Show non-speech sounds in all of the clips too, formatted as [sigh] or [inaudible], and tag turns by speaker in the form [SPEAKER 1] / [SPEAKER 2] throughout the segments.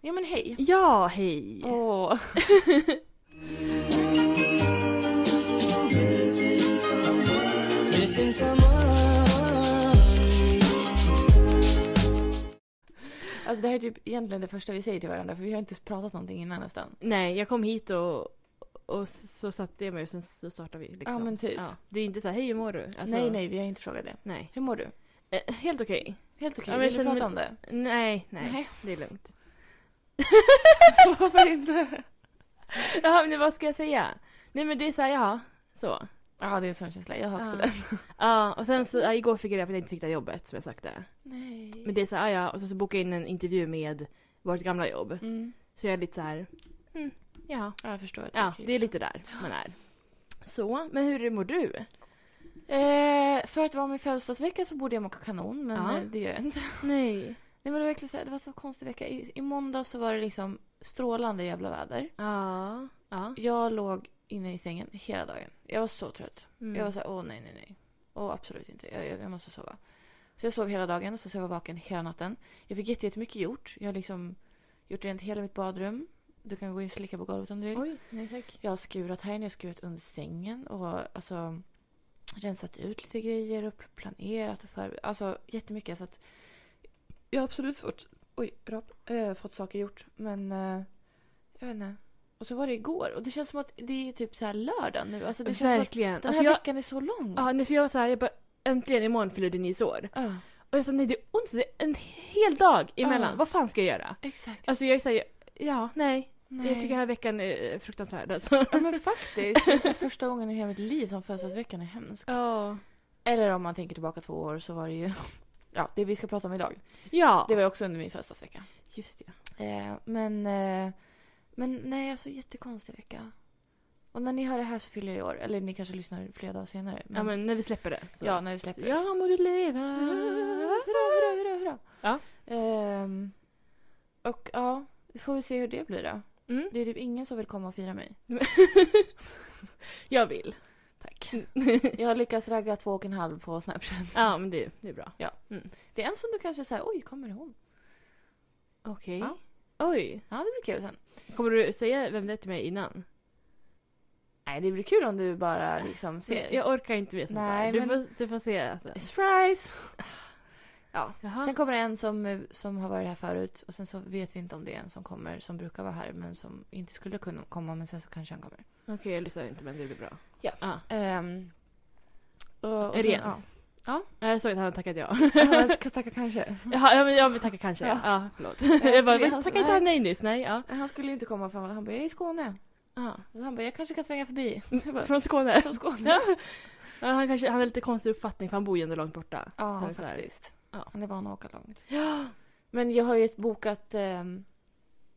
[SPEAKER 1] Ja men hej. Alltså,
[SPEAKER 2] Ja, hej!
[SPEAKER 1] Åh.
[SPEAKER 3] Missing someone.
[SPEAKER 1] Alltså det här är typ egentligen det första vi säger till varandra för vi har inte pratat någonting innan nästan.
[SPEAKER 2] Nej, jag kom hit och, och så satte jag mig och sen så startade vi. Liksom.
[SPEAKER 1] Ja, men typ.
[SPEAKER 2] Det är inte så här, hej hur mår du? Alltså,
[SPEAKER 1] Nej nej vi har inte frågat det.
[SPEAKER 2] nej.
[SPEAKER 1] Hur mår du?
[SPEAKER 2] Eh, helt okej.
[SPEAKER 1] Helt okej,
[SPEAKER 2] Ja, men jag
[SPEAKER 1] vill du
[SPEAKER 2] känner
[SPEAKER 1] prata
[SPEAKER 2] mig-
[SPEAKER 1] om det?
[SPEAKER 2] Nej, nej,
[SPEAKER 1] Nej.
[SPEAKER 2] det
[SPEAKER 1] [laughs]
[SPEAKER 2] är lugnt. Varför inte? Ja, men vad ska jag säga? Nej men det är såhär, jaha. Så.
[SPEAKER 1] Ja det är en sån känsla, jag har också
[SPEAKER 2] Ja.
[SPEAKER 1] det.
[SPEAKER 2] Ja, och sen så, ja, igår fick jag reda på att jag inte fick det här jobbet som jag sagt det.
[SPEAKER 1] Nej.
[SPEAKER 2] Men det är såhär, ja, ja, och så, så bokade jag in en intervju med vårt gamla jobb.
[SPEAKER 1] Mm.
[SPEAKER 2] Så jag är lite såhär, mm, jaha.
[SPEAKER 1] Ja jag förstår. att
[SPEAKER 2] Ja,
[SPEAKER 1] okej.
[SPEAKER 2] det är lite där man är. Så, men hur mår du?
[SPEAKER 1] Eh, för att vara min födelsedagsvecka så borde jag må kanon men
[SPEAKER 2] Ja.
[SPEAKER 1] eh, det gör jag inte.
[SPEAKER 2] Nej.
[SPEAKER 1] Nej men det var verkligen så här, det var så konstig vecka. I, I måndag så var det liksom strålande jävla väder.
[SPEAKER 2] Ja. Ja.
[SPEAKER 1] Jag låg inne i sängen hela dagen. Jag var så trött.
[SPEAKER 2] Mm.
[SPEAKER 1] Jag var så här, åh nej, nej, nej. Åh, absolut inte. Jag, jag, jag måste sova. Så jag sov hela dagen och så så jag var vaken hela natten. Jag fick jätte- jättemycket gjort. Jag har liksom gjort rent hela mitt badrum. Du kan gå in och slicka på golvet om du vill.
[SPEAKER 2] Oj, nej tack.
[SPEAKER 1] Jag har skurat här inne, jag har skurat under sängen och alltså rensat ut lite grejer och planerat och förberett. Alltså jättemycket så att jag har absolut fått, oj, rap, eh, fått saker gjort men eh, jag vet inte. Och så var det igår och det känns som att det är typ så här lördag nu. Alltså det känns som
[SPEAKER 2] Verkligen.
[SPEAKER 1] att den här
[SPEAKER 2] alltså jag,
[SPEAKER 1] veckan är så lång.
[SPEAKER 2] ja, nej, för jag var såhär, jag bara, äntligen imorgon fyller du nio år.
[SPEAKER 1] Ja,
[SPEAKER 2] Och jag sa nej det är onsdag, det är en hel dag emellan.
[SPEAKER 1] Ja.
[SPEAKER 2] Vad fan ska jag göra?
[SPEAKER 1] exakt.
[SPEAKER 2] Alltså jag säger ja, nej.
[SPEAKER 1] Nej.
[SPEAKER 2] Jag tycker den här veckan är
[SPEAKER 1] [laughs]
[SPEAKER 2] fruktansvärd alltså.
[SPEAKER 1] Ja men faktiskt. Det är så första gången i hela mitt liv som födelsedagsveckan är hemsk.
[SPEAKER 2] Ja.
[SPEAKER 1] Eller om man tänker tillbaka två år så var det ju Ja, det vi ska prata om idag.
[SPEAKER 2] Ja.
[SPEAKER 1] Det var ju också under min födelsedagsvecka.
[SPEAKER 2] Just ja.
[SPEAKER 1] Eh, men, eh, men nej, alltså jättekonstig vecka. Och när ni hör det här så fyller jag i år. Eller ni kanske lyssnar flera dagar senare.
[SPEAKER 2] Ja men när vi släpper det. Så.
[SPEAKER 1] ja, när vi släpper det.
[SPEAKER 2] Ja må du leva.
[SPEAKER 1] Hurra, hurra, hurra, hurra.
[SPEAKER 2] Ja.
[SPEAKER 1] Ehm, och ja, vi får väl se hur det blir då.
[SPEAKER 2] Mm.
[SPEAKER 1] Det är typ ingen som vill komma och fira
[SPEAKER 2] [laughs]
[SPEAKER 1] mig.
[SPEAKER 2] Jag vill.
[SPEAKER 1] Tack. jag har lyckats ragga två och en halv på Snapchat.
[SPEAKER 2] [laughs] Ja men det, det är bra.
[SPEAKER 1] Det är en som du kanske säger, oj, kommer hon?
[SPEAKER 2] Okej.
[SPEAKER 1] Ja.
[SPEAKER 2] Oj.
[SPEAKER 1] Ja, det blir kul sen.
[SPEAKER 2] Kommer du säga vem det är till mig innan?
[SPEAKER 1] Nej, det blir kul om du bara liksom ser.
[SPEAKER 2] Jag orkar inte med sånt
[SPEAKER 1] Nej,
[SPEAKER 2] där. Du,
[SPEAKER 1] men-
[SPEAKER 2] får, du får se alltså.
[SPEAKER 1] Surprise! Ja,
[SPEAKER 2] Jaha.
[SPEAKER 1] Sen kommer det en som, eh, som har varit här förut och sen så vet vi inte om det är en som kommer som brukar vara här men som inte skulle kunna komma men sen så kanske han kommer.
[SPEAKER 2] Okej jag lyssnar inte men det blir bra.
[SPEAKER 1] Ja.
[SPEAKER 2] Ah.
[SPEAKER 1] Ehm, och, och
[SPEAKER 2] Är det
[SPEAKER 1] sen-
[SPEAKER 2] Jens?
[SPEAKER 1] Ja.
[SPEAKER 2] Ja, Jag såg att han hade tackat ja. [laughs]
[SPEAKER 1] Ja, jag kan tacka kanske.
[SPEAKER 2] Jaha, ja, men, ja men tacka kanske.
[SPEAKER 1] Ja.
[SPEAKER 2] Ja, förlåt. Jag bara,
[SPEAKER 1] skulle-
[SPEAKER 2] men tacka inte han nej nyss, nej. Ja.
[SPEAKER 1] Han skulle ju inte komma för han bara jag är i Skåne. Och så han bara jag kanske kan svänga förbi. Jag bara,
[SPEAKER 2] [laughs] Från Skåne.
[SPEAKER 1] Från Skåne.
[SPEAKER 2] Ja, han, kanske, han har lite konstig uppfattning för han bor ju ändå långt borta.
[SPEAKER 1] Ja
[SPEAKER 2] Så han är så här-
[SPEAKER 1] faktiskt.
[SPEAKER 2] Ja.
[SPEAKER 1] Han är van att åka långt. Men jag har ju ett bokat ehm,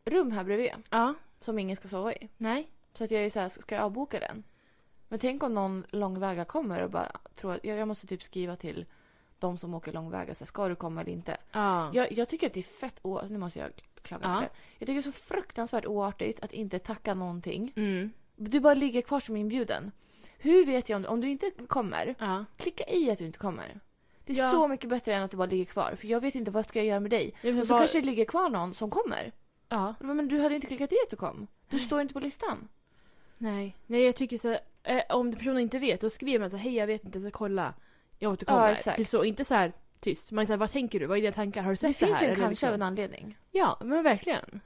[SPEAKER 1] rum här bredvid
[SPEAKER 2] Ja,
[SPEAKER 1] som ingen ska sova i.
[SPEAKER 2] nej.
[SPEAKER 1] Så att jag är så här, ska jag avboka den? Men tänk om någon långväga kommer och bara tror att jag, jag måste typ skriva till de som åker långväga. Så här, ska du komma eller inte?
[SPEAKER 2] Ja.
[SPEAKER 1] Jag, jag tycker att det är fett o- Nu måste jag klaga
[SPEAKER 2] Ja.
[SPEAKER 1] efter. Jag tycker det är så fruktansvärt oartigt att inte tacka någonting.
[SPEAKER 2] Mm.
[SPEAKER 1] Du bara ligger kvar som inbjuden. Hur vet jag om, om du inte kommer?
[SPEAKER 2] Ja.
[SPEAKER 1] Klicka i att du inte kommer. Det är
[SPEAKER 2] Ja.
[SPEAKER 1] så mycket bättre än att du bara ligger kvar. För jag vet inte vad ska jag göra med dig.
[SPEAKER 2] Ja, men
[SPEAKER 1] Och så
[SPEAKER 2] bara-
[SPEAKER 1] kanske det ligger kvar någon som kommer.
[SPEAKER 2] ja.
[SPEAKER 1] Men du hade inte klickat i att du kom. Du står inte på listan.
[SPEAKER 2] Nej. Nej, jag tycker så här, eh, om personen inte vet då skriver man så här, hej jag vet inte, så kolla. Jag återkommer.
[SPEAKER 1] Ja, exakt.
[SPEAKER 2] Typ så, inte så här tyst. Man är så här, vad tänker du? Vad är dina tankar? Har du sett
[SPEAKER 1] Det
[SPEAKER 2] det,
[SPEAKER 1] finns
[SPEAKER 2] här?
[SPEAKER 1] ju en
[SPEAKER 2] Eller
[SPEAKER 1] kanske
[SPEAKER 2] liksom-
[SPEAKER 1] av en anledning.
[SPEAKER 2] Ja, men verkligen.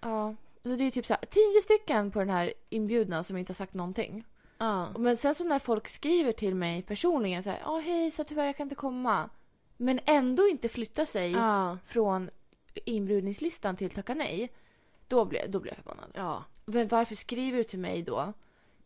[SPEAKER 1] Ja. Så det är typ så här, tio stycken på den här inbjudna som inte har sagt någonting.
[SPEAKER 2] Ja.
[SPEAKER 1] Men sen så när folk skriver till mig personligen så här, ja hej så tyvärr jag kan inte komma. Men ändå inte flytta sig
[SPEAKER 2] Ja.
[SPEAKER 1] från inbjudningslistan till tacka nej. Då blir, då blir jag förbannad.
[SPEAKER 2] Ja.
[SPEAKER 1] Men varför skriver du till mig då?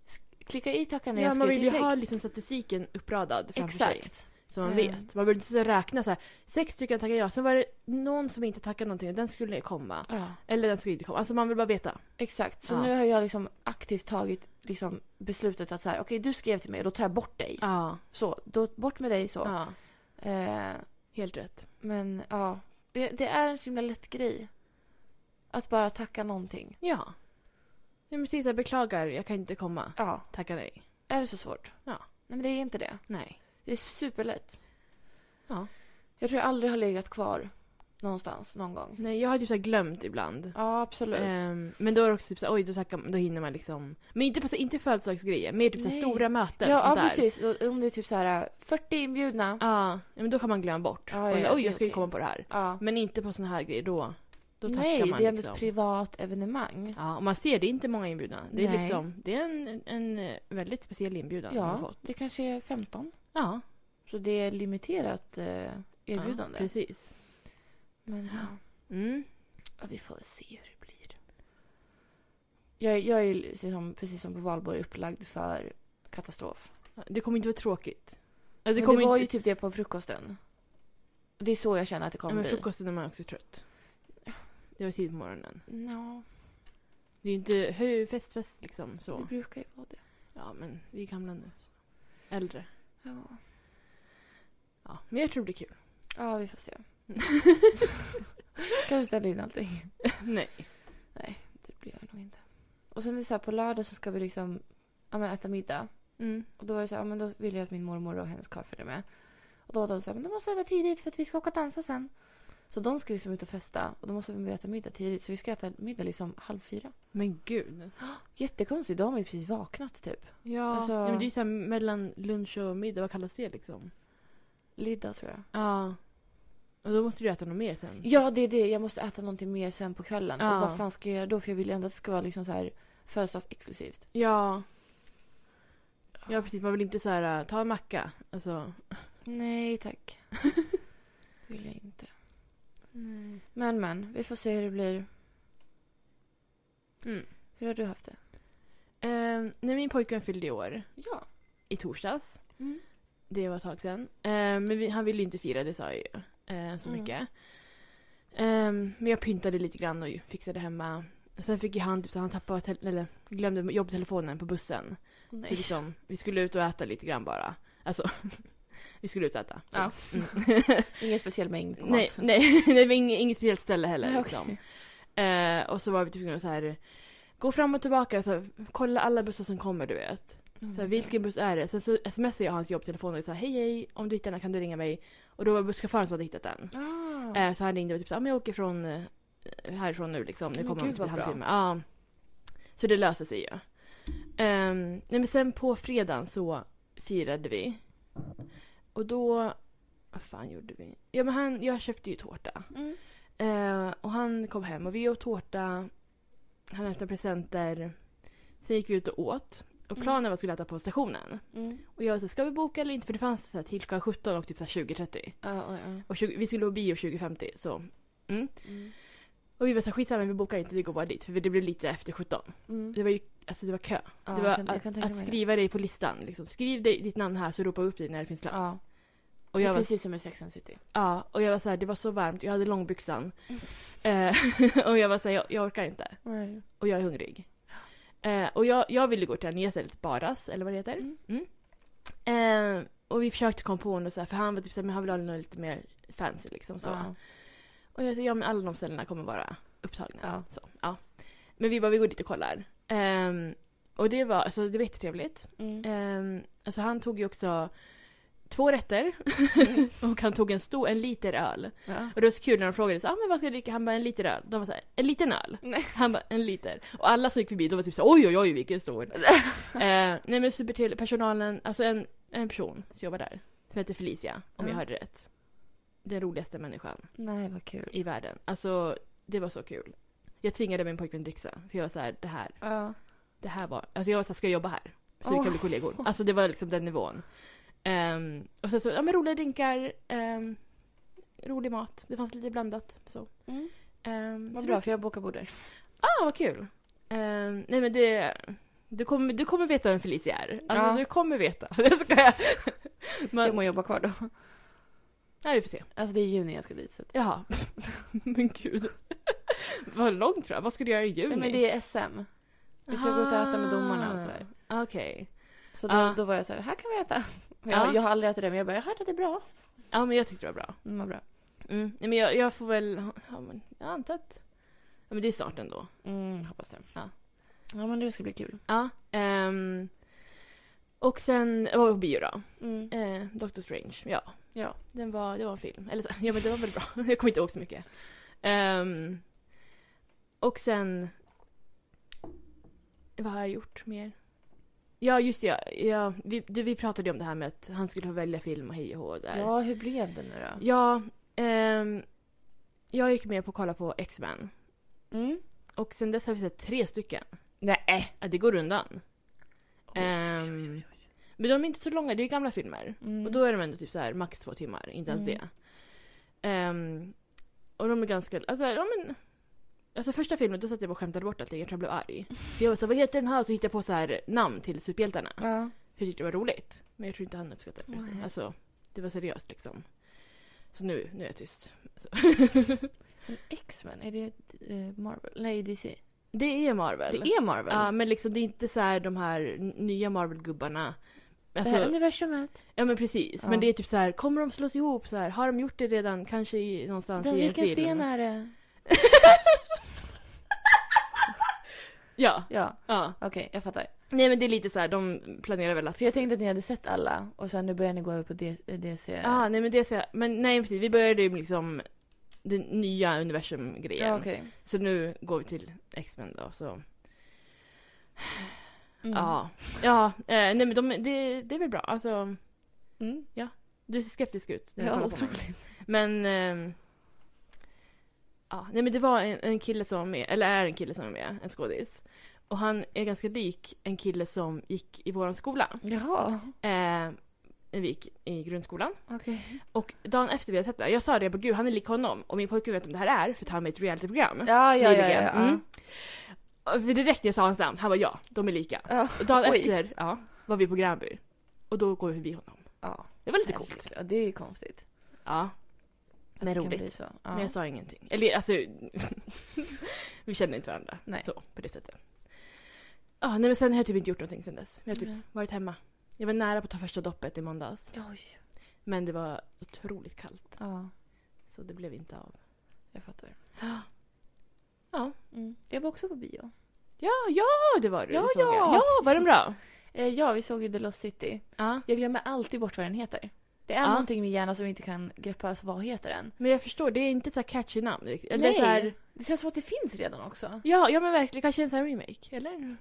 [SPEAKER 1] Sk- Klicka i tacka nej
[SPEAKER 2] ja,
[SPEAKER 1] och
[SPEAKER 2] man
[SPEAKER 1] skriv
[SPEAKER 2] vill ju
[SPEAKER 1] ett inlägg.
[SPEAKER 2] ha liksom statistiken uppradad framför sig.
[SPEAKER 1] Exakt.
[SPEAKER 2] Så man
[SPEAKER 1] Mm.
[SPEAKER 2] vet. Man behöver inte så räkna så här. Sex stycken tackar jag. Sen var det någon som inte tackade någonting. och Den skulle komma.
[SPEAKER 1] Ja.
[SPEAKER 2] Eller den skulle inte komma. Alltså man vill bara veta.
[SPEAKER 1] Exakt. Så
[SPEAKER 2] Ja.
[SPEAKER 1] nu har jag liksom aktivt tagit liksom beslutet att så här, okej du skrev till mig och då tar jag bort dig.
[SPEAKER 2] Ja.
[SPEAKER 1] Så, då, bort med dig så.
[SPEAKER 2] ja.
[SPEAKER 1] Eh,
[SPEAKER 2] Helt rätt.
[SPEAKER 1] Men ja, det, det är en så himla lätt grej. Att bara tacka någonting.
[SPEAKER 2] Ja. Ja men precis. Jag beklagar. Jag kan inte komma.
[SPEAKER 1] Ja,
[SPEAKER 2] Tacka nej.
[SPEAKER 1] är det så svårt?
[SPEAKER 2] Ja.
[SPEAKER 1] Nej men det är inte det.
[SPEAKER 2] Nej.
[SPEAKER 1] Det är superlätt.
[SPEAKER 2] Ja.
[SPEAKER 1] Jag tror jag aldrig har legat kvar någonstans någon gång.
[SPEAKER 2] Nej, jag har typ så här glömt ibland.
[SPEAKER 1] Ja, absolut.
[SPEAKER 2] Ehm, men då är det också typ så här, oj, då, tackar, då hinner man liksom. Men inte, på- inte födelsedagsgrejer, mer typ så här,
[SPEAKER 1] Nej.
[SPEAKER 2] stora möten.
[SPEAKER 1] ja,
[SPEAKER 2] sånt
[SPEAKER 1] ja,
[SPEAKER 2] där.
[SPEAKER 1] precis. Och Om det är typ så här äh, 40 inbjudna. Ja.
[SPEAKER 2] Ja, ja, men då kan man glömma bort.
[SPEAKER 1] Ja,
[SPEAKER 2] Och
[SPEAKER 1] ja,
[SPEAKER 2] undra,
[SPEAKER 1] ja,
[SPEAKER 2] oj,
[SPEAKER 1] det är
[SPEAKER 2] jag ska ju
[SPEAKER 1] okej.
[SPEAKER 2] komma på det här. Men inte på såna här grejer då. Då tackar
[SPEAKER 1] Nej,
[SPEAKER 2] man
[SPEAKER 1] det är ändå
[SPEAKER 2] liksom.
[SPEAKER 1] ett privat evenemang.
[SPEAKER 2] Ja, och man ser det är inte många inbjudna. Det är,
[SPEAKER 1] Nej.
[SPEAKER 2] liksom, det är en, en eh, väldigt speciell inbjudan man har
[SPEAKER 1] Ja,
[SPEAKER 2] fått.
[SPEAKER 1] det kanske är 15.
[SPEAKER 2] Ja,
[SPEAKER 1] Så det är limiterat eh, erbjudande.
[SPEAKER 2] Ja, precis.
[SPEAKER 1] Men ja.
[SPEAKER 2] Mm.
[SPEAKER 1] Ja, vi får väl se hur det blir. Jag, jag är ju liksom, precis som på valborg upplagd för katastrof.
[SPEAKER 2] Det kommer inte vara tråkigt.
[SPEAKER 1] Men
[SPEAKER 2] Alltså,
[SPEAKER 1] Det,
[SPEAKER 2] det kommer
[SPEAKER 1] var
[SPEAKER 2] inte...
[SPEAKER 1] ju typ det på frukosten. Det är så jag känner att det
[SPEAKER 2] ja,
[SPEAKER 1] kommer
[SPEAKER 2] men
[SPEAKER 1] bli.
[SPEAKER 2] frukosten är man också trött. Det var tidigt på morgonen.
[SPEAKER 1] Ja,
[SPEAKER 2] Det är ju inte hö, fest, fest liksom
[SPEAKER 1] det
[SPEAKER 2] så.
[SPEAKER 1] brukar ju vara det.
[SPEAKER 2] Ja, men vi är gamla nu. Så. Äldre.
[SPEAKER 1] Ja.
[SPEAKER 2] Ja, men jag tror det blir kul.
[SPEAKER 1] ja, vi får se. Kanske ställer in allting.
[SPEAKER 2] [laughs] Nej.
[SPEAKER 1] Det blir jag nog inte. Och sen är det så här, på lördag så ska vi liksom ja, men äta middag.
[SPEAKER 2] Mm.
[SPEAKER 1] Och då var det så här, ja, men då ville jag att min mormor och hennes karl följde med. Och då var de så här, men de måste äta tidigt för att vi ska åka och dansa sen. Så de ska liksom ut och festa och då måste vi äta middag tidigt. Så vi ska äta middag liksom halv fyra.
[SPEAKER 2] Men gud.
[SPEAKER 1] Jättekonstigt, de har ju precis vaknat typ.
[SPEAKER 2] Ja,
[SPEAKER 1] Alltså-
[SPEAKER 2] ja men det är ju såhär mellan lunch och middag, vad kallas det liksom?
[SPEAKER 1] Lidda tror jag.
[SPEAKER 2] Ja. Och då måste du äta något mer sen.
[SPEAKER 1] Ja, det är det. Jag måste äta någonting mer sen på kvällen.
[SPEAKER 2] Ja.
[SPEAKER 1] Och vad fan ska jag göra då? För jag vill ju ändå att det ska vara liksom så här födelsedagsexklusivt.
[SPEAKER 2] Ja. Ja precis, man vill inte så här äh, ta en macka. Alltså.
[SPEAKER 1] Nej tack. [laughs] det vill jag inte. Men men, vi får se hur det blir.
[SPEAKER 2] Mm.
[SPEAKER 1] Hur har du haft det?
[SPEAKER 2] Eh, när min pojkvän fyllde i år,
[SPEAKER 1] Ja.
[SPEAKER 2] i torsdags,
[SPEAKER 1] Mm.
[SPEAKER 2] det var ett tag sedan. Eh, men vi, han ville ju inte fira, det sa jag ju. Eh, så
[SPEAKER 1] Mm.
[SPEAKER 2] mycket. Eh, men jag pyntade lite grann och ju fixade hemma. Och sen fick ju han typ så han tappade, tel- eller glömde jobbtelefonen på bussen. Så
[SPEAKER 1] Nej.
[SPEAKER 2] liksom, vi skulle ut och äta lite grann bara. Alltså, [laughs] vi skulle ut och äta. typ,
[SPEAKER 1] Ja.
[SPEAKER 2] Mm.
[SPEAKER 1] Ingen speciell mängd på
[SPEAKER 2] nej,
[SPEAKER 1] mat.
[SPEAKER 2] nej, [laughs] det var inget, inget speciellt ställe heller.
[SPEAKER 1] Nej,
[SPEAKER 2] liksom.
[SPEAKER 1] okej.
[SPEAKER 2] Eh, och så var vi typ så här gå fram och tillbaka, så här, kolla alla bussar som kommer du vet.
[SPEAKER 1] Mm.
[SPEAKER 2] Så här, vilken buss är det? Sen så smsade jag hans jobbtelefon och sa hej hej, om du hittar den här kan du ringa mig. Och då var busschauffören som hade hittat den.
[SPEAKER 1] Ah.
[SPEAKER 2] Eh, så han ringde och typ så här, "Ah, men jag åker från eh, härifrån nu liksom, nu
[SPEAKER 1] Men
[SPEAKER 2] kommer om
[SPEAKER 1] gud,
[SPEAKER 2] typ en
[SPEAKER 1] vad bra.
[SPEAKER 2] halvtimme. Ja. Så det löste sig ju. Ehm, nej men sen på fredagen så firade vi. Och då, vad fan gjorde vi? Ja men han, jag köpte ju tårta.
[SPEAKER 1] Mm.
[SPEAKER 2] Eh, och han kom hem och vi åt tårta. Han hämtade presenter. Sen gick vi ut och åt. Och
[SPEAKER 1] Mm.
[SPEAKER 2] planen var att vi skulle äta på stationen.
[SPEAKER 1] Mm.
[SPEAKER 2] Och jag sa, ska vi boka eller inte? För det fanns så här till klockan 17 och typ så här 20.30.
[SPEAKER 1] Ja, ja, ja.
[SPEAKER 2] Och 20, vi skulle på bio 20.50 så.
[SPEAKER 1] Mm.
[SPEAKER 2] Och vi var så här, skitsamma, vi bokar inte, vi går bara dit. För det blev lite efter 17.
[SPEAKER 1] Mm.
[SPEAKER 2] Det var ju, alltså det var kö.
[SPEAKER 1] Ja,
[SPEAKER 2] det var
[SPEAKER 1] jag kan, jag kan
[SPEAKER 2] att,
[SPEAKER 1] tänka
[SPEAKER 2] att
[SPEAKER 1] mig
[SPEAKER 2] skriva dig på listan. Liksom. Skriv dig, ditt namn här så ropar vi upp dig när det finns
[SPEAKER 1] det. Ja.
[SPEAKER 2] plats. Och jag var
[SPEAKER 1] precis som i Sex and the City.
[SPEAKER 2] Ja, och jag var så här, det var så varmt, jag hade långbyxan.
[SPEAKER 1] Mm.
[SPEAKER 2] Eh, [laughs] och jag var så här, jag, jag orkar inte.
[SPEAKER 1] Nej.
[SPEAKER 2] Och jag är hungrig. Eh, och jag, jag ville gå till det nya stället, Baras, eller vad det heter.
[SPEAKER 1] Mm.
[SPEAKER 2] Eh, och vi försökte komma på honom, så här, för han var typ så här, men han vill ha något lite mer fancy liksom. Så.
[SPEAKER 1] Ja.
[SPEAKER 2] Och jag sa, ja men alla de ställena kommer vara upptagna.
[SPEAKER 1] Ja.
[SPEAKER 2] Så, ja. Men vi bara, vi går dit och kollar. Eh, och det var, alltså det var jättetrevligt.
[SPEAKER 1] Mm.
[SPEAKER 2] Um, alltså han tog ju också två rätter
[SPEAKER 1] Mm.
[SPEAKER 2] [laughs] och han tog en stor, en liter öl.
[SPEAKER 1] Ja.
[SPEAKER 2] Och det var så kul när de frågade så, ah, men vad ska jag dricka? Han bara en liter öl. De var såhär, en liten öl?
[SPEAKER 1] Nej.
[SPEAKER 2] Han bara en liter. Och alla som gick förbi de var typ såhär, oj oj oj
[SPEAKER 1] [laughs]
[SPEAKER 2] vilken stor. [laughs] eh, nej men supertrevlig, personalen, alltså en, en person som jobbar där, som heter Felicia, om jag
[SPEAKER 1] Ja.
[SPEAKER 2] hörde rätt. Den roligaste människan
[SPEAKER 1] Nej, vad kul.
[SPEAKER 2] i världen. Alltså det var så kul. Jag tvingade min pojkvän att dricksa, för jag var såhär, det här
[SPEAKER 1] Ja.
[SPEAKER 2] det här var, alltså jag var såhär, ska jag jobba här? Så vi kan bli kollegor. Alltså det var liksom den nivån. Ehm, och sen så, ja men roliga drinkar, ehm, rolig mat. Det fanns lite blandat. Så.
[SPEAKER 1] Mm.
[SPEAKER 2] Um,
[SPEAKER 1] Vad bra, för jag bokar bord
[SPEAKER 2] [laughs]
[SPEAKER 1] där.
[SPEAKER 2] Ja, Ah, vad kul. Ehm, nej men det, du kommer, du kommer veta vem Felicia är. Alltså
[SPEAKER 1] Ja.
[SPEAKER 2] du kommer veta. [laughs] Jag skojar.
[SPEAKER 1] Jag må
[SPEAKER 2] Men,
[SPEAKER 1] jobba kvar då.
[SPEAKER 2] ja vi får se.
[SPEAKER 1] Alltså det är i juni jag ska dit. Så att...
[SPEAKER 2] Jaha. [laughs] men gud. Vad långt tror jag. Vad ska du göra i juni?
[SPEAKER 1] Nej, men det är SM. vi ska gå ut och äta med domarna och sådär.
[SPEAKER 2] Ah, Okej.
[SPEAKER 1] Så då,
[SPEAKER 2] Ja.
[SPEAKER 1] då var jag så här, här kan vi äta. [laughs] Men
[SPEAKER 2] Ja.
[SPEAKER 1] Jag, jag har aldrig ätit det, men jag bara, jag har hört att det är bra.
[SPEAKER 2] Ja men jag tyckte det var bra.
[SPEAKER 1] Mm, vad bra.
[SPEAKER 2] Mm. Nej, men jag, jag får väl... Ja, men jag antar att... Ja, men det är snart ändå.
[SPEAKER 1] Mm, hoppas det.
[SPEAKER 2] Ja.
[SPEAKER 1] Ja, men det ska bli kul.
[SPEAKER 2] Ja. ehm, och sen... Jag var på bio då.
[SPEAKER 1] Mm.
[SPEAKER 2] Eh, Doctor Strange. Ja.
[SPEAKER 1] Ja.
[SPEAKER 2] Den var, det var en film. Eller [laughs] så, ja men det var väl bra. Jag kommer inte ihåg så mycket. Ehm, och sen... Vad har jag gjort mer? Ja just det, ja, ja, vi, du, vi pratade ju om det här med att han skulle få välja film och hej och hå där.
[SPEAKER 1] Ja, hur blev det nu då?
[SPEAKER 2] Ja, ehm, jag gick med på att kolla på X-Men.
[SPEAKER 1] Mm.
[SPEAKER 2] Och sen dess har vi sett tre stycken.
[SPEAKER 1] Nej.
[SPEAKER 2] Ja, det går undan.
[SPEAKER 1] Oj, oj, oj, oj.
[SPEAKER 2] Men de är inte så långa, det är gamla filmer.
[SPEAKER 1] Mm.
[SPEAKER 2] Ehm, Och då är de ändå typ så här max två timmar, inte ens
[SPEAKER 1] Mm.
[SPEAKER 2] det. Ehm, och de är ganska, alltså ja men. Alltså första filmen då satt jag och skämtade bort allting, jag tror jag blev arg. För jag var så här, vad heter den här? Och så hittade jag på så här namn till superhjältarna.
[SPEAKER 1] Ja.
[SPEAKER 2] För jag tyckte det var roligt. Men jag tror inte han uppskattade det.
[SPEAKER 1] Nej.
[SPEAKER 2] Alltså, det var seriöst liksom. Så nu, nu är jag tyst.
[SPEAKER 1] Men X-Men, är det eh, Marvel? Nej, DC.
[SPEAKER 2] Det är Marvel.
[SPEAKER 1] Det är Marvel?
[SPEAKER 2] Ja, men liksom det är inte så här de här n- nya Marvel-gubbarna. Alltså,
[SPEAKER 1] det här universumet?
[SPEAKER 2] Ja men precis.
[SPEAKER 1] Ja.
[SPEAKER 2] Men det är typ så här, kommer de slås ihop så här? Har de gjort det redan? Kanske i, någonstans
[SPEAKER 1] Den
[SPEAKER 2] i en
[SPEAKER 1] rika
[SPEAKER 2] film?
[SPEAKER 1] sten är det.
[SPEAKER 2] Ja.
[SPEAKER 1] Ja,
[SPEAKER 2] ja.
[SPEAKER 1] okej, jag fattar.
[SPEAKER 2] Nej men det är lite så här, de planerar väl att...
[SPEAKER 1] För jag tänkte att ni hade sett alla och sen nu börjar ni gå över på D- DC.
[SPEAKER 2] ah, nej men det är så här, Men nej precis, vi började ju med liksom det nya universum-grejen.
[SPEAKER 1] ja, okej.
[SPEAKER 2] Så nu går vi till X-Men då så.
[SPEAKER 1] Mm.
[SPEAKER 2] Ja. Ja, eh, nej men de, det, det är väl bra. Alltså,
[SPEAKER 1] Mm.
[SPEAKER 2] du ser skeptisk ut när du
[SPEAKER 1] Ja,
[SPEAKER 2] kollar på mig.
[SPEAKER 1] otroligt.
[SPEAKER 2] Men... ehm, ja, nej men det var en, en kille som var med, eller är en kille som är med, en skådis. Och han är ganska lik en kille som gick i våran skola.
[SPEAKER 1] Jaha,
[SPEAKER 2] Eh, när vi gick i grundskolan.
[SPEAKER 1] okej.
[SPEAKER 2] Och dagen efter vi hade sett det, här, jag sa det, jag bara gud han är lik honom. Och min pojkvän vet om det här är, för att han är med i ett realityprogram.
[SPEAKER 1] Ja, ja, ja.
[SPEAKER 2] nyligen.
[SPEAKER 1] ja, ja.
[SPEAKER 2] Mm. Och för direkt när jag sa hans namn, han var ja, de är lika.
[SPEAKER 1] Ja.
[SPEAKER 2] Och dagen
[SPEAKER 1] Oj.
[SPEAKER 2] efter ja, var vi på Gränby. Och då går vi förbi honom.
[SPEAKER 1] ja.
[SPEAKER 2] Det var lite coolt.
[SPEAKER 1] Ja, det är konstigt.
[SPEAKER 2] Ja.
[SPEAKER 1] Att
[SPEAKER 2] Men
[SPEAKER 1] det kan
[SPEAKER 2] roligt.
[SPEAKER 1] bli Så. Ja.
[SPEAKER 2] Men jag sa ingenting. Eller alltså, [laughs] vi känner inte varandra.
[SPEAKER 1] Nej.
[SPEAKER 2] Så, på det sättet. Ja, nej men sen har jag typ inte gjort någonting sen dess. Jag har typ
[SPEAKER 1] Nej.
[SPEAKER 2] varit hemma. Jag var nära på att ta första doppet i måndags.
[SPEAKER 1] Oj.
[SPEAKER 2] Men det var otroligt kallt.
[SPEAKER 1] Ja,
[SPEAKER 2] Så det blev inte [gasps] av.
[SPEAKER 1] jag fattar.
[SPEAKER 2] Ja,
[SPEAKER 1] Mm. Jag var också på bio.
[SPEAKER 2] ja, ja det var du.
[SPEAKER 1] Ja,
[SPEAKER 2] såg jag.
[SPEAKER 1] ja.
[SPEAKER 2] Ja, var den bra?
[SPEAKER 1] Eh, ja, vi såg ju The Lost City.
[SPEAKER 2] Ja.
[SPEAKER 1] Jag glömmer alltid bort vad den heter. Det är
[SPEAKER 2] Ja.
[SPEAKER 1] någonting i min hjärna som inte kan greppa. Alltså, vad heter den?
[SPEAKER 2] Men jag förstår, det är inte så här catchy namn riktigt. Eller Det är så här,
[SPEAKER 1] Det känns som att det finns redan också.
[SPEAKER 2] ja, ja men verkligen. Kanske en sån här remake, eller?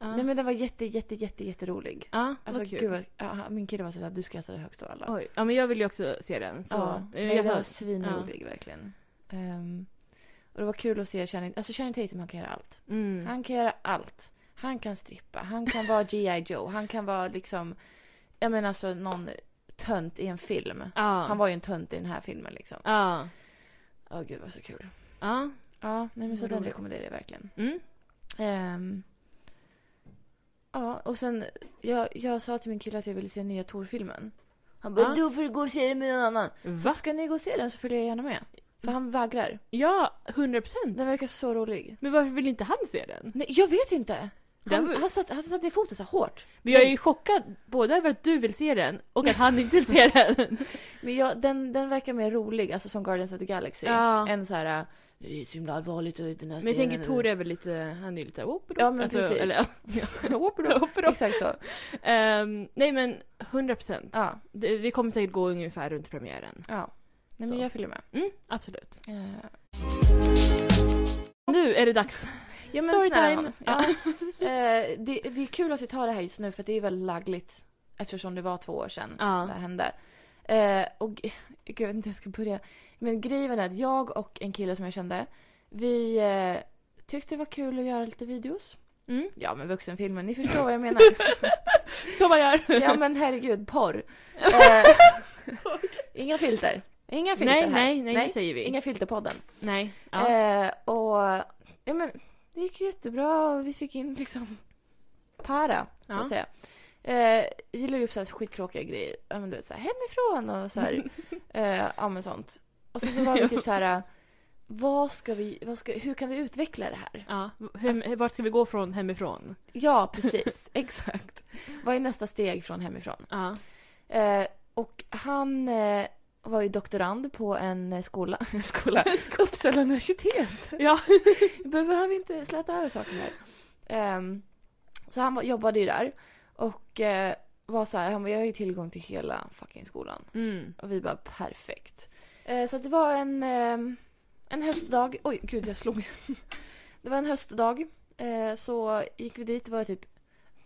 [SPEAKER 2] Ja,
[SPEAKER 1] Nej men den var jätte, jätte, jätte, jätterolig.
[SPEAKER 2] ja
[SPEAKER 1] Alltså
[SPEAKER 2] vad kul.
[SPEAKER 1] gud vad, ja, min kille var sådär, du skrattade högst av alla.
[SPEAKER 2] Oj, ja men jag vill ju också se den. Så.
[SPEAKER 1] ja,
[SPEAKER 2] Eh,
[SPEAKER 1] nej,
[SPEAKER 2] jag
[SPEAKER 1] den var
[SPEAKER 2] sa-
[SPEAKER 1] svinrolig verkligen. Ehm, och det var kul att se Channing, alltså Channing Tatum, han kan göra allt.
[SPEAKER 2] mm.
[SPEAKER 1] Han kan göra allt. Han kan strippa, han kan vara G.I. Joe, han kan vara liksom, jag menar alltså någon tönt i en film.
[SPEAKER 2] ja.
[SPEAKER 1] Han var ju en tönt i den här filmen liksom.
[SPEAKER 2] Ja.
[SPEAKER 1] Ja gud vad så kul.
[SPEAKER 2] Ja.
[SPEAKER 1] Ja, nej men så
[SPEAKER 2] Vad
[SPEAKER 1] den
[SPEAKER 2] Mm, roligt.
[SPEAKER 1] rekommenderar jag verkligen.
[SPEAKER 2] Mm.
[SPEAKER 1] Ehm, ja, och sen, jag, jag sa till min kille att jag ville se nya Tor-filmen. Han bara,
[SPEAKER 2] Ja.
[SPEAKER 1] du får gå och se den med någon annan.
[SPEAKER 2] Va?
[SPEAKER 1] Ska ni gå och se den så följer jag gärna med. För han vägrar.
[SPEAKER 2] Ja, 100 procent.
[SPEAKER 1] Den verkar så rolig.
[SPEAKER 2] Men varför vill inte han se den?
[SPEAKER 1] Nej, jag vet inte.
[SPEAKER 2] Den
[SPEAKER 1] Han,
[SPEAKER 2] var-
[SPEAKER 1] han, satt, han satt i foten så här hårt.
[SPEAKER 2] Men jag är ju chockad både över att du vill se den och att han inte vill se den.
[SPEAKER 1] Men jag, den, den verkar mer rolig, alltså som Guardians of the Galaxy.
[SPEAKER 2] [laughs] Ja.
[SPEAKER 1] Än så här, äh, det är så himla allvarligt och den här
[SPEAKER 2] Men jag
[SPEAKER 1] stenen
[SPEAKER 2] tänker
[SPEAKER 1] Alltså, är-
[SPEAKER 2] Tor är väl lite, han är ju lite opera.
[SPEAKER 1] Ja, men precis.
[SPEAKER 2] Eller, [laughs] opera.
[SPEAKER 1] [laughs] Exakt så.
[SPEAKER 2] Ehm, nej men 100 procent.
[SPEAKER 1] Ja.
[SPEAKER 2] Vi kommer säkert gå ungefär runt premiären.
[SPEAKER 1] ja. Nej, men
[SPEAKER 2] Så.
[SPEAKER 1] jag följer med.
[SPEAKER 2] Mm, absolut.
[SPEAKER 1] Eh,
[SPEAKER 2] Nu är det dags.
[SPEAKER 1] [laughs] Ja, men
[SPEAKER 2] Storytime.
[SPEAKER 1] snälla nån. Ja. Eh, det, det är kul att vi tar det här just nu för att det är väldigt lagligt. Eftersom det var två år sedan
[SPEAKER 2] Ja.
[SPEAKER 1] det här hände. Eh, och g- gud, jag vet inte hur jag ska börja. Men grejen är att jag och en kille som jag kände, vi eh, tyckte det var kul att göra lite videos.
[SPEAKER 2] Mm.
[SPEAKER 1] Ja men vuxenfilmen, ni förstår vad jag menar.
[SPEAKER 2] Så man gör. [laughs]
[SPEAKER 1] ja men herregud, porr. Eh, inga filter. Inga filter
[SPEAKER 2] nej,
[SPEAKER 1] här.
[SPEAKER 2] nej, nej, det säger vi.
[SPEAKER 1] Inga filterpodden.
[SPEAKER 2] Nej. Ja.
[SPEAKER 1] Eh, och ja, men, det gick ju jättebra och vi fick in liksom para, så
[SPEAKER 2] Ja.
[SPEAKER 1] att säga. Eh, jag gillar ju upp så här skittråkiga grejer. Ja, men du vet, så här, hemifrån och så
[SPEAKER 2] [laughs]
[SPEAKER 1] här. eh, ja, men sånt. Och så, så var vi typ så här. eh, Vad ska vi, vad ska, hur kan vi utveckla det här?
[SPEAKER 2] ja. Hur,
[SPEAKER 1] Alltså-
[SPEAKER 2] vart ska vi gå från hemifrån?
[SPEAKER 1] Ja, [laughs] precis. Exakt. Vad är nästa steg från hemifrån?
[SPEAKER 2] Ja.
[SPEAKER 1] Eh, och han eh, var ju doktorand på en eh, skola, [laughs] skola. Uppsala universitet. [laughs]
[SPEAKER 2] Ja.
[SPEAKER 1] Vi behöver inte släta över saker här. Ehm, så han var- jobbade ju där. Och eh, var så här, han bara, jag har ju tillgång till hela fucking skolan.
[SPEAKER 2] Mm.
[SPEAKER 1] Och vi bara perfekt. Eh, så att det var en, eh, en höstdag. Oj gud jag slog. [laughs] det var en höstdag. Eh, så gick vi dit. Det var typ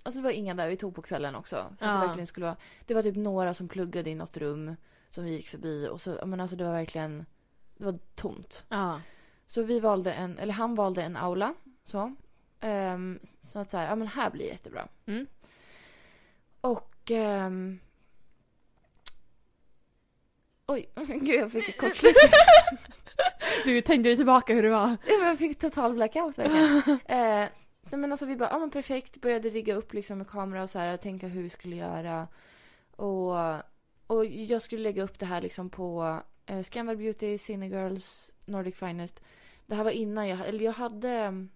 [SPEAKER 1] Alltså det var inga där. Vi tog på kvällen också. Så att
[SPEAKER 2] Ja.
[SPEAKER 1] det, verkligen skulle vara, det var typ några som pluggade i något rum. Som vi gick förbi. Och så, ja, men alltså det var verkligen. Det var tomt.
[SPEAKER 2] Ja.
[SPEAKER 1] Så vi valde en, eller han valde en aula. Så. Ehm, så att så här, ja men här blir jättebra.
[SPEAKER 2] Mm.
[SPEAKER 1] Och... ehm, Oj, [laughs] gud jag fick ett kortslut.
[SPEAKER 2] Du tänkte dig tillbaka hur det var.
[SPEAKER 1] Ja, men jag fick total blackout verkligen. Eh, nej, men alltså vi bara, ja men perfekt. Började rigga upp liksom med kamera och så här. Tänka hur vi skulle göra. Och, och jag skulle lägga upp det här liksom på eh, Scandal Beauty, Cinegirls, Nordic Finest. Det här var innan jag, eller jag hade mm,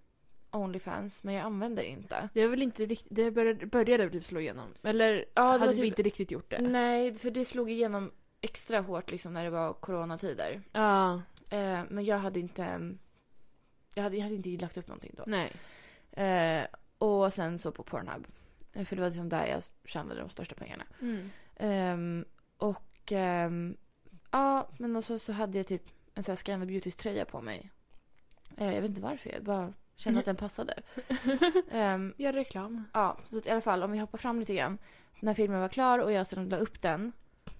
[SPEAKER 1] Onlyfans men jag använder inte.
[SPEAKER 2] Det var väl inte riktigt, det började, började väl typ slå igenom. Eller
[SPEAKER 1] Ja, det
[SPEAKER 2] hade
[SPEAKER 1] var
[SPEAKER 2] vi
[SPEAKER 1] typ-
[SPEAKER 2] inte riktigt gjort det?
[SPEAKER 1] Nej, för det slog igenom extra hårt liksom när det var coronatider.
[SPEAKER 2] Ja,
[SPEAKER 1] Eh, men jag hade inte... mm, Jag hade, jag hade inte lagt upp någonting då.
[SPEAKER 2] nej.
[SPEAKER 1] Eh, och sen så på Pornhub. Eh, För det var liksom där jag tjänade de största pengarna.
[SPEAKER 2] Mm.
[SPEAKER 1] Ehm, och... ehm, ja, men och så, så hade jag typ en sån här Scandal Beauties tröja på mig. Eh, jag vet inte varför, jag bara kände att den passade. Ehm, [laughs]
[SPEAKER 2] Gör reklam.
[SPEAKER 1] Ja, så att i alla fall om vi hoppar fram lite grann. När filmen var klar och jag sedan la upp den.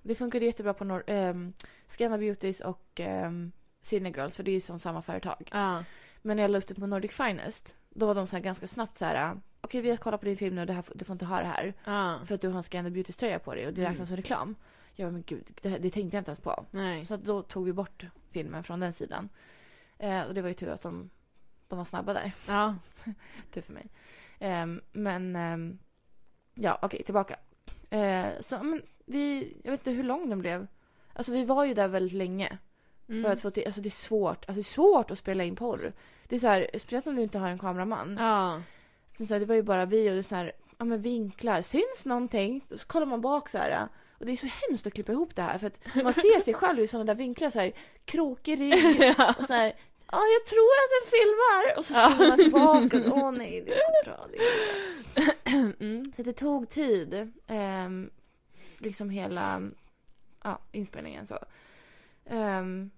[SPEAKER 1] Det funkade jättebra på Nor- ehm, Scandal Beauties och um, Cinegirls för det är som samma företag.
[SPEAKER 2] Ja.
[SPEAKER 1] Men när jag la upp det på Nordic Finest då var de så här ganska snabbt så här. Okej vi har kollat på din film nu, det här, får- du får inte ha det här.
[SPEAKER 2] Ja.
[SPEAKER 1] För att du har en Scandal Beauties tröja på dig och det
[SPEAKER 2] Mm.
[SPEAKER 1] räknas som reklam. Jag bara, men gud, det, här, det tänkte jag inte ens på.
[SPEAKER 2] Nej.
[SPEAKER 1] Så att då tog vi bort filmen från den sidan. Eh, och det var ju tur att de, de var snabba där.
[SPEAKER 2] Ja.
[SPEAKER 1] Tur för mig. Ehm, men ehm, ja, okej, tillbaka. Eh, så, men vi, jag vet inte hur lång den blev. Alltså vi var ju där väldigt länge.
[SPEAKER 2] Mm.
[SPEAKER 1] För att få till, alltså det är svårt. Alltså det är svårt att spela in porr. Det är så här, speciellt om du inte har en kameraman. [laughs]
[SPEAKER 2] Ja.
[SPEAKER 1] Det, är så här, det var ju bara vi och det är så här, ja men vinklar. Syns någonting? Och så kollar man bak så här. Och det är så hemskt att klippa ihop det här för att man ser sig själv i sådana där vinklar så här krokig rygg och så här Ja, jag tror att den filmar! Och så
[SPEAKER 2] Ja.
[SPEAKER 1] spolar man tillbaka. Åh nej, det är inte bra. Det är inte bra.
[SPEAKER 2] Mm.
[SPEAKER 1] Så det tog tid. ehm, liksom hela ja, inspelningen så. Ehm,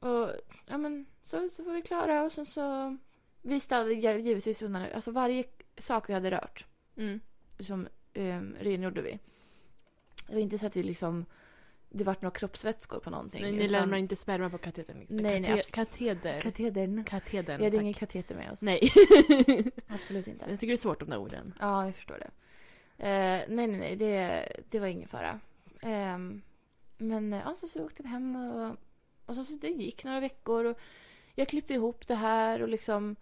[SPEAKER 1] och ja men så, så var vi klara och sen så. Vi städade gi- givetvis undan. Alltså varje sak vi hade rört.
[SPEAKER 2] Mm.
[SPEAKER 1] Som um, rengjorde vi. Det var inte så att vi liksom. Det vart några kroppsvätskor på någonting.
[SPEAKER 2] Nej, ni
[SPEAKER 1] utan-
[SPEAKER 2] lämnar inte sperma på katedern. liksom.
[SPEAKER 1] Nej, nej,
[SPEAKER 2] Kate-
[SPEAKER 1] abs-
[SPEAKER 2] Kateder.
[SPEAKER 1] Katedern.
[SPEAKER 2] Katedern.
[SPEAKER 1] Vi hade
[SPEAKER 2] tack.
[SPEAKER 1] ingen kateter med oss. [laughs]
[SPEAKER 2] Nej.
[SPEAKER 1] Absolut inte.
[SPEAKER 2] Jag tycker det är svårt de där orden.
[SPEAKER 1] Ja, jag förstår det. Eh, nej, nej, nej, det, det var ingen fara. Ehm, men eh, alltså, så åkte vi hem och, och så, så det gick några veckor och jag klippte ihop det här och liksom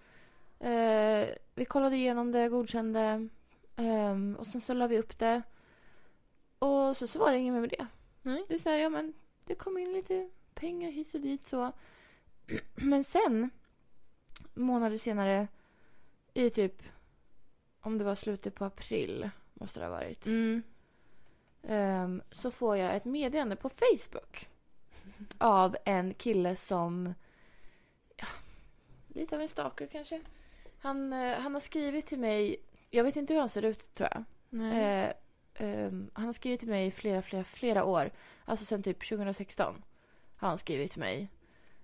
[SPEAKER 1] eh, vi kollade igenom det, godkände ehm, och sen så la vi upp det. Och så, så var det inget mer med det.
[SPEAKER 2] Nej.
[SPEAKER 1] Det är så här, ja men det kom in lite pengar hit och dit så. [clears throat] Men sen, månader senare, i typ, om det var slutet på april, måste det ha varit.
[SPEAKER 2] Mm.
[SPEAKER 1] ehm, så får jag ett meddelande på Facebook. Av en kille som, ja, lite av en stalker kanske. Han, eh, han har skrivit till mig, jag vet inte hur han ser ut tror jag.
[SPEAKER 2] Nej.
[SPEAKER 1] Eh, ehm, han har skrivit till mig i flera, flera, flera år. Alltså sen typ 2016 har han skrivit till mig.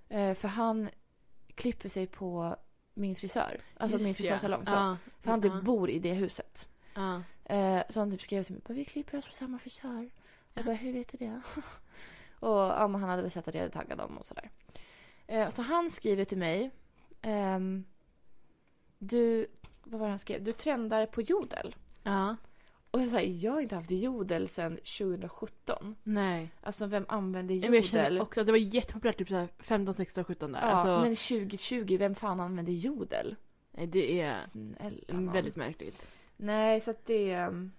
[SPEAKER 1] Eh, för han klipper sig på min frisör. Alltså min
[SPEAKER 2] Just ja.
[SPEAKER 1] frisörsalong. Så.
[SPEAKER 2] Ja.
[SPEAKER 1] För han typ
[SPEAKER 2] Ja.
[SPEAKER 1] bor i det huset.
[SPEAKER 2] Ja.
[SPEAKER 1] Eh, så han typ skrev till mig bara, vi klipper oss på samma frisör. Jag bara hur vet du det? [laughs] och ja, men han hade väl sett att jag hade taggat dem och sådär. Eh, så han skriver till mig. ehm, du, vad var det han skrev? Du trendar på jodel.
[SPEAKER 2] Ja.
[SPEAKER 1] Och jag, säger, jag har inte haft jodel sedan 2017.
[SPEAKER 2] Nej.
[SPEAKER 1] Alltså vem använder
[SPEAKER 2] Men jag känner
[SPEAKER 1] jodel?
[SPEAKER 2] också att det var jättepopulärt typ såhär 15, 16, 17 där.
[SPEAKER 1] ja,
[SPEAKER 2] alltså,
[SPEAKER 1] Men 2020, vem fan använder jodel?
[SPEAKER 2] nej, det är
[SPEAKER 1] Snälla nån.
[SPEAKER 2] Mm, väldigt märkligt.
[SPEAKER 1] Nej, så att det ehm,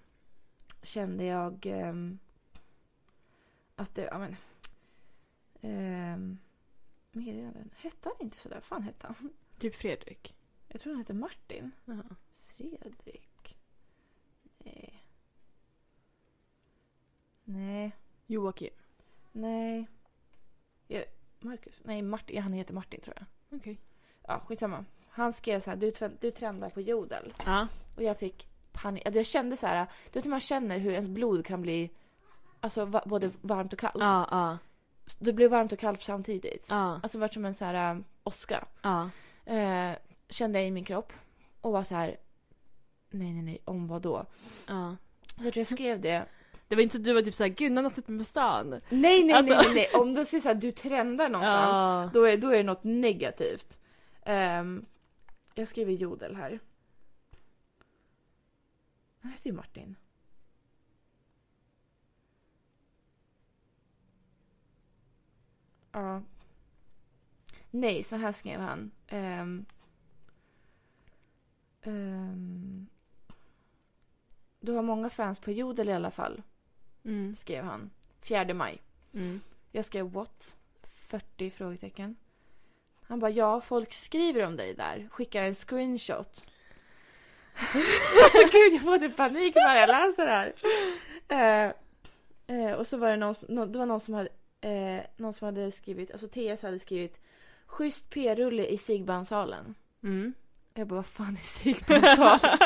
[SPEAKER 1] kände jag ehm, att det, ja men. Um, meddelanden. Hette han inte sådär? fan hette han?
[SPEAKER 2] Typ Fredrik.
[SPEAKER 1] Jag tror han hette Martin.
[SPEAKER 2] Ja.
[SPEAKER 1] Fredrik? Nej. Nej.
[SPEAKER 2] Joakim.
[SPEAKER 1] Nej. Jag, Marcus? Nej, Martin. Han heter Martin tror jag.
[SPEAKER 2] Okej.
[SPEAKER 1] Ja, skitsamma. Han skrev så här, du, tven- du trendar på jodel.
[SPEAKER 2] Ja.
[SPEAKER 1] Och jag fick panik. Alltså, Jag kände så här, du vet hur man känner hur ens blod kan bli alltså, va- både varmt och kallt.
[SPEAKER 2] Ja, ja,
[SPEAKER 1] Det blev varmt och kallt samtidigt.
[SPEAKER 2] ja,
[SPEAKER 1] Alltså det var som en så här äh, åska.
[SPEAKER 2] ja.
[SPEAKER 1] Eh, kände jag i min kropp och var så här nej nej nej om vad då?
[SPEAKER 2] ja.
[SPEAKER 1] Så jag tror jag skrev det.
[SPEAKER 2] Det var inte så att du var typ såhär, gud någon har sett mig på stan.
[SPEAKER 1] [laughs] Nej nej
[SPEAKER 2] Alltså-
[SPEAKER 1] nej, nej nej [laughs] om du säger så här, du trendar någonstans
[SPEAKER 2] Ja.
[SPEAKER 1] då, är, då är det något negativt. Ehm, jag skriver jodel här. Han heter ju Martin. Ja. Nej, så här skrev han. Ehm, ehm, du har många fans på jodel i alla fall,
[SPEAKER 2] Mm.
[SPEAKER 1] skrev han. 4 maj.
[SPEAKER 2] Mm.
[SPEAKER 1] Jag skrev what? 40 frågetecken. Han bara ja, folk skriver om dig där. Skickar en screenshot. [laughs] alltså gud, jag får typ panik bara jag läser det här. Eh, eh, och så var det någon, nå- det var någon som hade, eh, någon som hade skrivit, alltså TS hade skrivit schysst p-rulle i Sigbandshallen.
[SPEAKER 2] Mm.
[SPEAKER 1] Jag bara, vad fan är Sigbandshallen?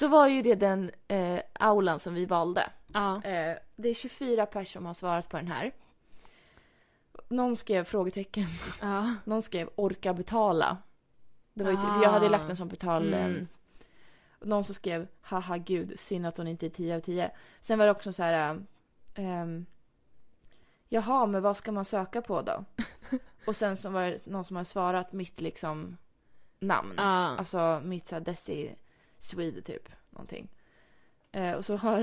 [SPEAKER 1] Då var ju det den eh, aulan som vi valde.
[SPEAKER 2] Ja.
[SPEAKER 1] Eh, det är 24 personer som har svarat på den här. Någon skrev frågetecken,
[SPEAKER 2] Ja.
[SPEAKER 1] någon skrev orka betala. Det var ju
[SPEAKER 2] Ah.
[SPEAKER 1] för jag hade lagt en sån betal... eh,
[SPEAKER 2] Mm.
[SPEAKER 1] Någon som skrev haha gud, synd att hon inte är 10 av 10. Sen var det också så här... Eh, ehm, Jaha, men vad ska man söka på då? Och sen så var det någon som hade svarat mitt liksom namn.
[SPEAKER 2] Ja.
[SPEAKER 1] Alltså mitt såhär Desi Swede typ. Någonting. Eh, och så har,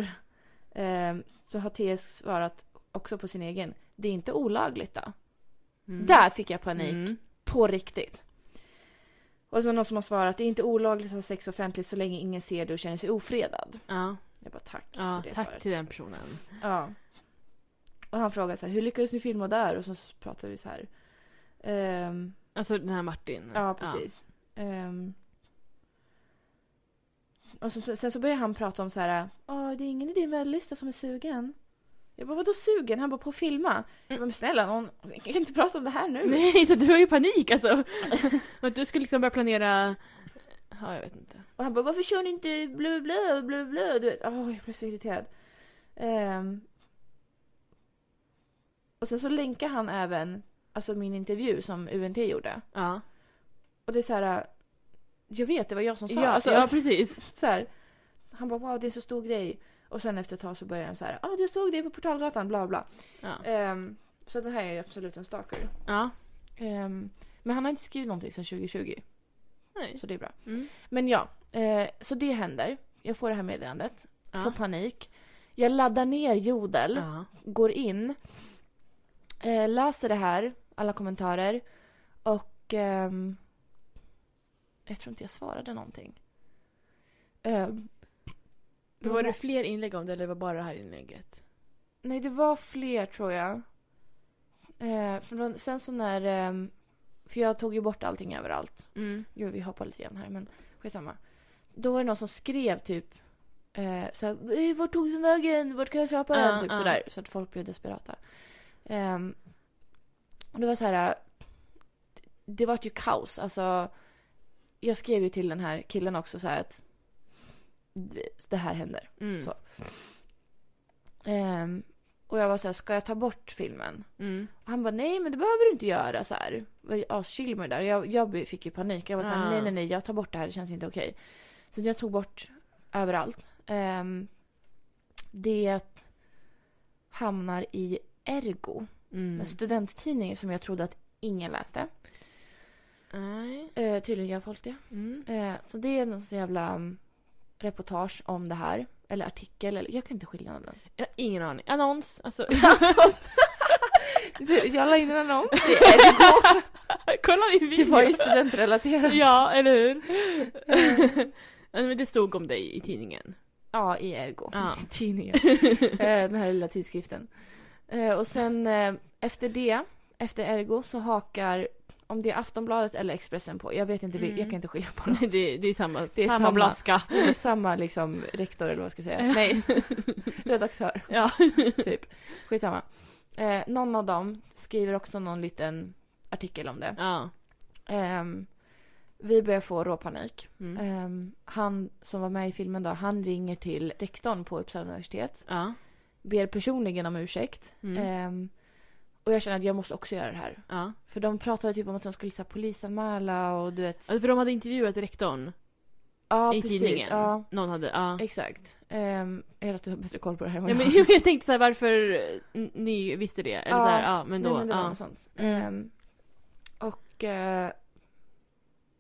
[SPEAKER 1] eh, så har TS svarat också på sin egen. Det är inte olagligt då.
[SPEAKER 2] Mm.
[SPEAKER 1] Där fick jag panik.
[SPEAKER 2] Mm.
[SPEAKER 1] På riktigt. Och så någon som har svarat. Det är inte olagligt att ha sex offentligt så länge ingen ser det och känner sig ofredad.
[SPEAKER 2] Ja.
[SPEAKER 1] Jag bara tack
[SPEAKER 2] Ja,
[SPEAKER 1] för det
[SPEAKER 2] tack
[SPEAKER 1] svaret.
[SPEAKER 2] till den personen.
[SPEAKER 1] Ja. Och han frågade så här, hur lyckades ni filma där? Och så, så pratade vi så här. Ehm,
[SPEAKER 2] Alltså den här Martin.
[SPEAKER 1] Ja, precis. Ehm. och så, så, sen så börjar han prata om så här, Åh, det är ingen i din vällista som är sugen. Jag bara, vadå sugen? Han bara, på att filma. Jag bara, men snälla någon, jag kan inte prata om det här nu.
[SPEAKER 2] [laughs] Nej, så du har ju panik [laughs] alltså. Att du skulle liksom börja planera... Ja, jag vet inte.
[SPEAKER 1] Och han bara, varför kör ni inte blö, blö, blö, blö? Du vet, åh, jag blev så irriterad. Ehm. och sen så länkar han även, alltså min intervju som UNT gjorde.
[SPEAKER 2] Ja,
[SPEAKER 1] Och det är så här, jag vet, det var jag som sa.
[SPEAKER 2] ja,
[SPEAKER 1] alltså,
[SPEAKER 2] ja precis.
[SPEAKER 1] så här, han bara wow det är så stor grej. Och sen efter ett tag så börjar han så här, ja ah, du såg det på Portalgatan bla bla.
[SPEAKER 2] Ja.
[SPEAKER 1] Ehm, så det här är absolut en stalker.
[SPEAKER 2] ja.
[SPEAKER 1] Ehm, men han har inte skrivit någonting sedan 2020
[SPEAKER 2] Nej.
[SPEAKER 1] så det är bra.
[SPEAKER 2] Mm.
[SPEAKER 1] Men ja, eh, så det händer. Jag får det här meddelandet, får
[SPEAKER 2] Ja.
[SPEAKER 1] panik. Jag laddar ner jodel,
[SPEAKER 2] Ja.
[SPEAKER 1] går in, eh, läser det här, alla kommentarer och ehm, jag tror inte jag svarade någonting. Ehm,
[SPEAKER 2] Då var det fler inlägg om det eller var bara det här inlägget?
[SPEAKER 1] Nej, det var fler tror jag. Eh, från, sen så när... ehm, för jag tog ju bort allting överallt.
[SPEAKER 2] Mm.
[SPEAKER 1] Gud, vi hoppar lite igen här, men skitsamma. Då var det någon som skrev typ... Eh, så här, "Eh, vart tog den vägen? Vart kan jag köpa den?
[SPEAKER 2] Ja,
[SPEAKER 1] typ
[SPEAKER 2] ja.
[SPEAKER 1] sådär. Så att folk blev desperata. Ehm, och det var så här... eh, Det vart ju kaos. Alltså, jag skrev ju till den här killen också så här att... "Det- Det här händer.
[SPEAKER 2] Mm.
[SPEAKER 1] Så. Ehm, och jag var så här, ska jag ta bort filmen?
[SPEAKER 2] Mm.
[SPEAKER 1] Och han bara, nej men det behöver du inte göra så här. Var ju aschill med det där. Jag, jag be- fick ju panik. Jag var så här,
[SPEAKER 2] Ah.
[SPEAKER 1] nej nej nej jag tar bort det här, det känns inte okej. Så jag tog bort överallt. Ehm, det hamnar i Ergo,
[SPEAKER 2] Mm.
[SPEAKER 1] en studenttidning som jag trodde att ingen läste.
[SPEAKER 2] Nej.
[SPEAKER 1] Eh, tydligen gör folk det.
[SPEAKER 2] Mm.
[SPEAKER 1] Eh, så det är någon sån jävla mm, reportage om det här. Eller artikel, eller jag kan inte skilja den.
[SPEAKER 2] Jag har ingen aning. Annons,
[SPEAKER 1] [laughs]
[SPEAKER 2] alltså.
[SPEAKER 1] Du, [laughs] jag la in en annons.
[SPEAKER 2] Kolla min
[SPEAKER 1] [laughs] Det var ju studentrelaterat.
[SPEAKER 2] Ja, eller hur? Eh. Ja, Men det stod om dig i tidningen.
[SPEAKER 1] Ja, [laughs] i Ergo.
[SPEAKER 2] Ja. [laughs]
[SPEAKER 1] Tidningen. Eh, Den här lilla tidskriften. Eh, Och sen eh, efter det, efter Ergo, så hakar, om det är Aftonbladet eller Expressen på, jag vet inte, vil-
[SPEAKER 2] Mm.
[SPEAKER 1] jag kan inte skilja på dem.
[SPEAKER 2] Nej, [laughs] det, det är samma,
[SPEAKER 1] är
[SPEAKER 2] samma,
[SPEAKER 1] samma.
[SPEAKER 2] blaska.
[SPEAKER 1] Det är samma liksom rektor eller vad jag ska säga. Nej, [laughs] redaktör.
[SPEAKER 2] Ja.
[SPEAKER 1] [laughs] Typ. Skitsamma. Eh, någon av dem skriver också någon liten artikel om det.
[SPEAKER 2] Ja.
[SPEAKER 1] Ehm, Vi börjar få råpanik.
[SPEAKER 2] Mm.
[SPEAKER 1] Ehm, han som var med i filmen då, han ringer till rektorn på Uppsala universitet.
[SPEAKER 2] Ja.
[SPEAKER 1] Ber personligen om ursäkt.
[SPEAKER 2] Mm.
[SPEAKER 1] Ehm, och jag känner att jag måste också göra det här.
[SPEAKER 2] ja.
[SPEAKER 1] För de pratade typ om att de skulle så här, polisanmäla och du vet.
[SPEAKER 2] Alltså, för de hade intervjuat rektorn
[SPEAKER 1] Ja,
[SPEAKER 2] i tidningen.
[SPEAKER 1] Ja,
[SPEAKER 2] Någon hade, ja.
[SPEAKER 1] exakt. Um, jag vet att du har bättre koll på det här än vad
[SPEAKER 2] Ja,
[SPEAKER 1] jag
[SPEAKER 2] men [laughs]
[SPEAKER 1] har.
[SPEAKER 2] jag tänkte så här, varför eh, ni visste det. Eller
[SPEAKER 1] Ja.
[SPEAKER 2] så här, ja men då.
[SPEAKER 1] Nej, men det var
[SPEAKER 2] ja.
[SPEAKER 1] något sånt.
[SPEAKER 2] Mm.
[SPEAKER 1] Ehm, och, eh,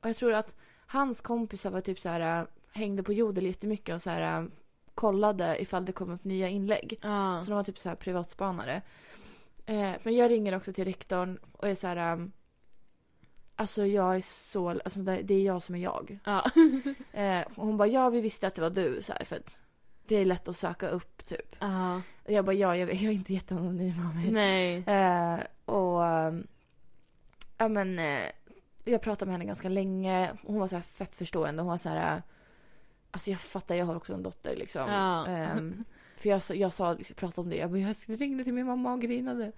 [SPEAKER 1] och jag tror att hans kompisar var typ så här eh, hängde på jodel jättemycket och så här eh, kollade ifall det kom upp nya inlägg.
[SPEAKER 2] Ja.
[SPEAKER 1] Så de var typ så här privatspanare. Eh, men jag ringer också till rektorn och är så här eh, Alltså jag är så, alltså det det är jag som är jag.
[SPEAKER 2] Ja.
[SPEAKER 1] [laughs] Eh, och hon bara ja vi visste att det var du så här, för att det är lätt att söka upp typ.
[SPEAKER 2] Ja.
[SPEAKER 1] Och jag bara ja jag, jag är inte jätteanonym av mig.
[SPEAKER 2] Nej.
[SPEAKER 1] Eh, och eh, ja men eh, jag pratade med henne ganska länge. Hon var så här fett förstående. Hon var så här eh, alltså jag fattar jag har också en dotter liksom.
[SPEAKER 2] Ja.
[SPEAKER 1] Ehm, för jag, sa- jag sa, liksom, pratade om det. Jag, bara, jag ringde till min mamma och grinade.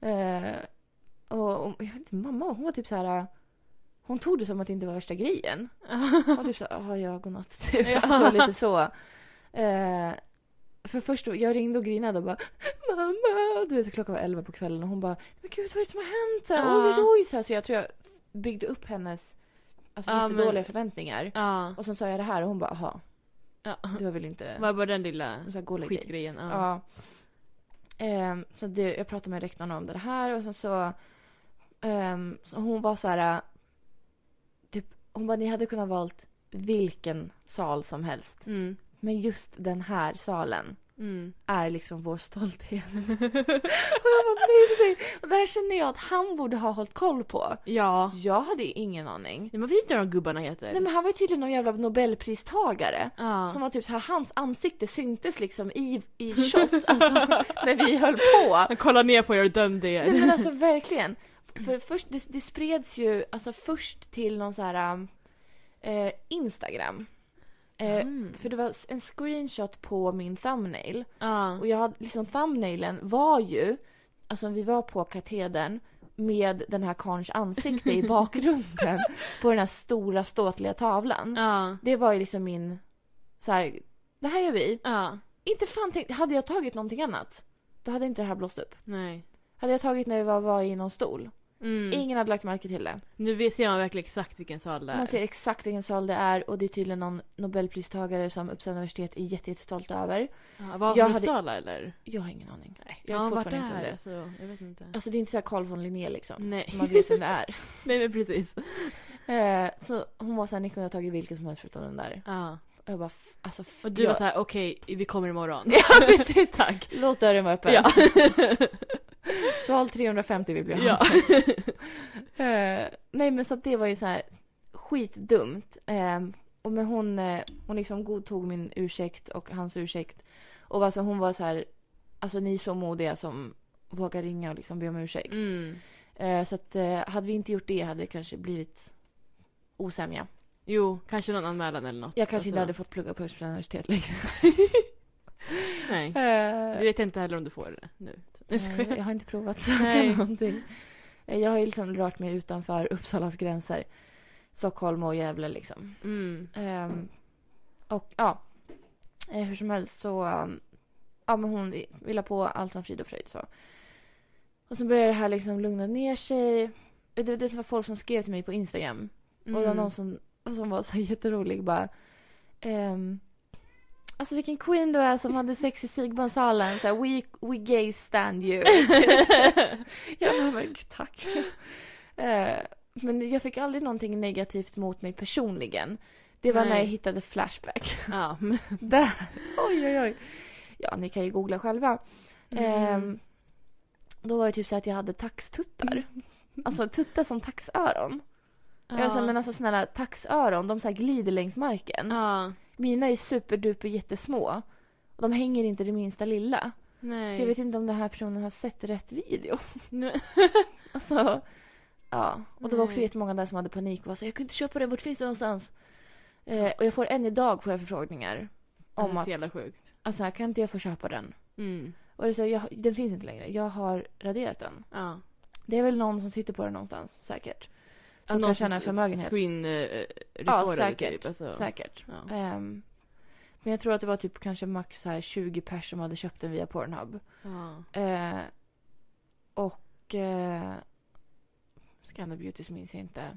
[SPEAKER 1] Eh, och, och jag vet inte, mamma hon var typ så här eh, hon tog det som att det inte var värsta grejen. Hon var typ så här, "Jaha, ja godnatt [laughs] typ.
[SPEAKER 2] Ja.
[SPEAKER 1] Alltså lite så. Eh, för först då, jag ringde och grinade och bara mamma. Du vet klockan var elva på kvällen och hon bara men gud vad är det som har hänt? Så här,
[SPEAKER 2] Ja.
[SPEAKER 1] Oj oj oj. Så, här, så jag tror jag byggde upp hennes alltså,
[SPEAKER 2] Ja,
[SPEAKER 1] jättedåliga
[SPEAKER 2] men-
[SPEAKER 1] förväntningar.
[SPEAKER 2] [laughs]
[SPEAKER 1] [laughs]
[SPEAKER 2] Ja.
[SPEAKER 1] Och sen sa jag det här och hon bara aha
[SPEAKER 2] ja.
[SPEAKER 1] det var väl inte.
[SPEAKER 2] Var bara den lilla
[SPEAKER 1] Så här, gå och lägg dig.
[SPEAKER 2] skitgrejen. Ja.
[SPEAKER 1] Ja. Ehm, så det, jag pratade med rektorn om det här och sen så, ehm, så hon var så här, äh, typ, hon bara ni hade kunnat valt vilken sal som helst.
[SPEAKER 2] Mm.
[SPEAKER 1] Men just den här salen
[SPEAKER 2] Mm.
[SPEAKER 1] är liksom vår stolthet. [laughs] och jag bara nej, nej, nej. Och det här känner jag att han borde ha hållit koll på.
[SPEAKER 2] Ja.
[SPEAKER 1] Jag hade ju ingen aning.
[SPEAKER 2] Men vad vet inte vad de gubbarna heter?
[SPEAKER 1] Nej men han var ju tydligen någon jävla nobelpristagare.
[SPEAKER 2] ja.
[SPEAKER 1] Som var typ så här, hans ansikte syntes liksom i,
[SPEAKER 2] [laughs]
[SPEAKER 1] i shot, alltså när vi höll på.
[SPEAKER 2] Han kollar ner på er och dömde er.
[SPEAKER 1] Nej men alltså verkligen. För först, det, det spreds ju alltså först till någon så här um, eh, Instagram. Eh,
[SPEAKER 2] Mm.
[SPEAKER 1] För det var en screenshot på min thumbnail.
[SPEAKER 2] Ja.
[SPEAKER 1] Och jag hade liksom thumbnailen var ju, alltså vi var på katedern med den här karlns ansikte
[SPEAKER 2] [laughs]
[SPEAKER 1] i bakgrunden på den här stora ståtliga tavlan.
[SPEAKER 2] Ja.
[SPEAKER 1] Det var ju liksom min, så här, det här gör vi.
[SPEAKER 2] Ja.
[SPEAKER 1] Inte fan tänkt, hade jag tagit någonting annat, då hade inte det här blåst upp.
[SPEAKER 2] Nej.
[SPEAKER 1] Hade jag tagit när vi var, var i någon stol,
[SPEAKER 2] Mm.
[SPEAKER 1] ingen hade lagt märke till det.
[SPEAKER 2] Nu vet- ser man verkligen exakt vilken sal det är.
[SPEAKER 1] Man ser exakt vilken sal det är och det är tydligen någon nobelpristagare som Uppsala universitet är jätte- jättestolt över.
[SPEAKER 2] Ja, var
[SPEAKER 1] Jag
[SPEAKER 2] från
[SPEAKER 1] hade-
[SPEAKER 2] Uppsala eller?
[SPEAKER 1] Jag har ingen aning. Nej,
[SPEAKER 2] Ja,
[SPEAKER 1] jag vet
[SPEAKER 2] vart
[SPEAKER 1] fortfarande inte om
[SPEAKER 2] är
[SPEAKER 1] det.
[SPEAKER 2] det? Så, jag vet inte.
[SPEAKER 1] Alltså det är inte så här Carl von Linné liksom.
[SPEAKER 2] Nej.
[SPEAKER 1] som Man vet vem det
[SPEAKER 2] [laughs]
[SPEAKER 1] är.
[SPEAKER 2] Nej men precis.
[SPEAKER 1] Eh, så hon var såhär, ni kunde ha tagit vilken som helst förutom den där.
[SPEAKER 2] Ja.
[SPEAKER 1] Och jag bara, f- alltså. F-
[SPEAKER 2] Och du
[SPEAKER 1] jag...
[SPEAKER 2] var såhär, okej vi kommer imorgon.
[SPEAKER 1] [laughs] Ja precis.
[SPEAKER 2] Tack.
[SPEAKER 1] Låt dörren vara öppen. [laughs]
[SPEAKER 2] Ja.
[SPEAKER 1] Sal 350 vill vi ha.
[SPEAKER 2] ja.
[SPEAKER 1] [laughs] Eh, nej men så att det var ju så här skitdumt. Eh, och men hon, eh, hon liksom godtog min ursäkt och hans ursäkt. Och alltså hon var så här, alltså ni är så modiga som vågar ringa och liksom be om ursäkt.
[SPEAKER 2] Mm.
[SPEAKER 1] Eh, så att eh, hade vi inte gjort det hade det kanske blivit osämja.
[SPEAKER 2] Jo, kanske någon anmälan eller något.
[SPEAKER 1] Jag kanske inte hade
[SPEAKER 2] Alltså,
[SPEAKER 1] fått plugga på Uppsala universitet [laughs] längre.
[SPEAKER 2] Nej. Du
[SPEAKER 1] Eh,
[SPEAKER 2] vet inte heller om du får det nu. Nej, skojar.
[SPEAKER 1] jag har inte provat söka [laughs]
[SPEAKER 2] Nej.
[SPEAKER 1] någonting. Eh, Jag har ju liksom rört mig utanför Uppsalas gränser. Stockholm och Gävle liksom.
[SPEAKER 2] Mm.
[SPEAKER 1] Ehm, och ja, eh, hur som helst så um, ja, men hon ville på allt om frid och fröjd. Så. Och så började det här liksom lugna ner sig. Det, det var folk som skrev till mig på Instagram. Och det var
[SPEAKER 2] Mm.
[SPEAKER 1] någon som, som var så här jätterolig bara. ehm, alltså vilken queen du är som hade sex i Sigmundhallen. Så här, we, we gays stand [laughs] you. jag bara, men tack. Eh, men jag fick aldrig någonting negativt mot mig personligen. Det var när
[SPEAKER 2] Nej.
[SPEAKER 1] jag hittade Flashback.
[SPEAKER 2] Ja. men-
[SPEAKER 1] Där. Oj, oj, oj. Ja, ni kan ju googla själva. Ehm, då var det typ så att jag hade taxtuttar. Alltså tuttar som taxöron.
[SPEAKER 2] Ja.
[SPEAKER 1] Jag sa, men alltså snälla taxöron, de så här glider längs marken.
[SPEAKER 2] ja.
[SPEAKER 1] Mina är superduper jättesmå. Och de hänger inte det minsta lilla.
[SPEAKER 2] Nej.
[SPEAKER 1] Så jag vet inte om den här personen har sett rätt video. [laughs]
[SPEAKER 2] Nu-
[SPEAKER 1] Alltså, ja. Och det var också
[SPEAKER 2] Nej.
[SPEAKER 1] jättemånga där som hade panik och var så här, jag kunde inte köpa det, vart finns det någonstans? Eh, och jag får än idag får jag förfrågningar. Om
[SPEAKER 2] det är så
[SPEAKER 1] att,
[SPEAKER 2] jävla sjukt.
[SPEAKER 1] alltså här, kan inte jag få köpa den?
[SPEAKER 2] Mm.
[SPEAKER 1] Och det är så här, jag, den finns inte längre, jag har raderat den.
[SPEAKER 2] Ja.
[SPEAKER 1] Det är väl någon som sitter på den någonstans säkert. Som kan
[SPEAKER 2] någon
[SPEAKER 1] tjäna en
[SPEAKER 2] sån
[SPEAKER 1] förmögenhet.
[SPEAKER 2] Screen eh,
[SPEAKER 1] Ja,
[SPEAKER 2] recordare,
[SPEAKER 1] säkert.
[SPEAKER 2] Typ, alltså.
[SPEAKER 1] Säkert.
[SPEAKER 2] Ja.
[SPEAKER 1] Ehm, men jag tror att det var typ kanske max så här 20 pers som hade köpt den via Pornhub.
[SPEAKER 2] Ja.
[SPEAKER 1] Eh, och eh, Scandal Beauty minns jag inte.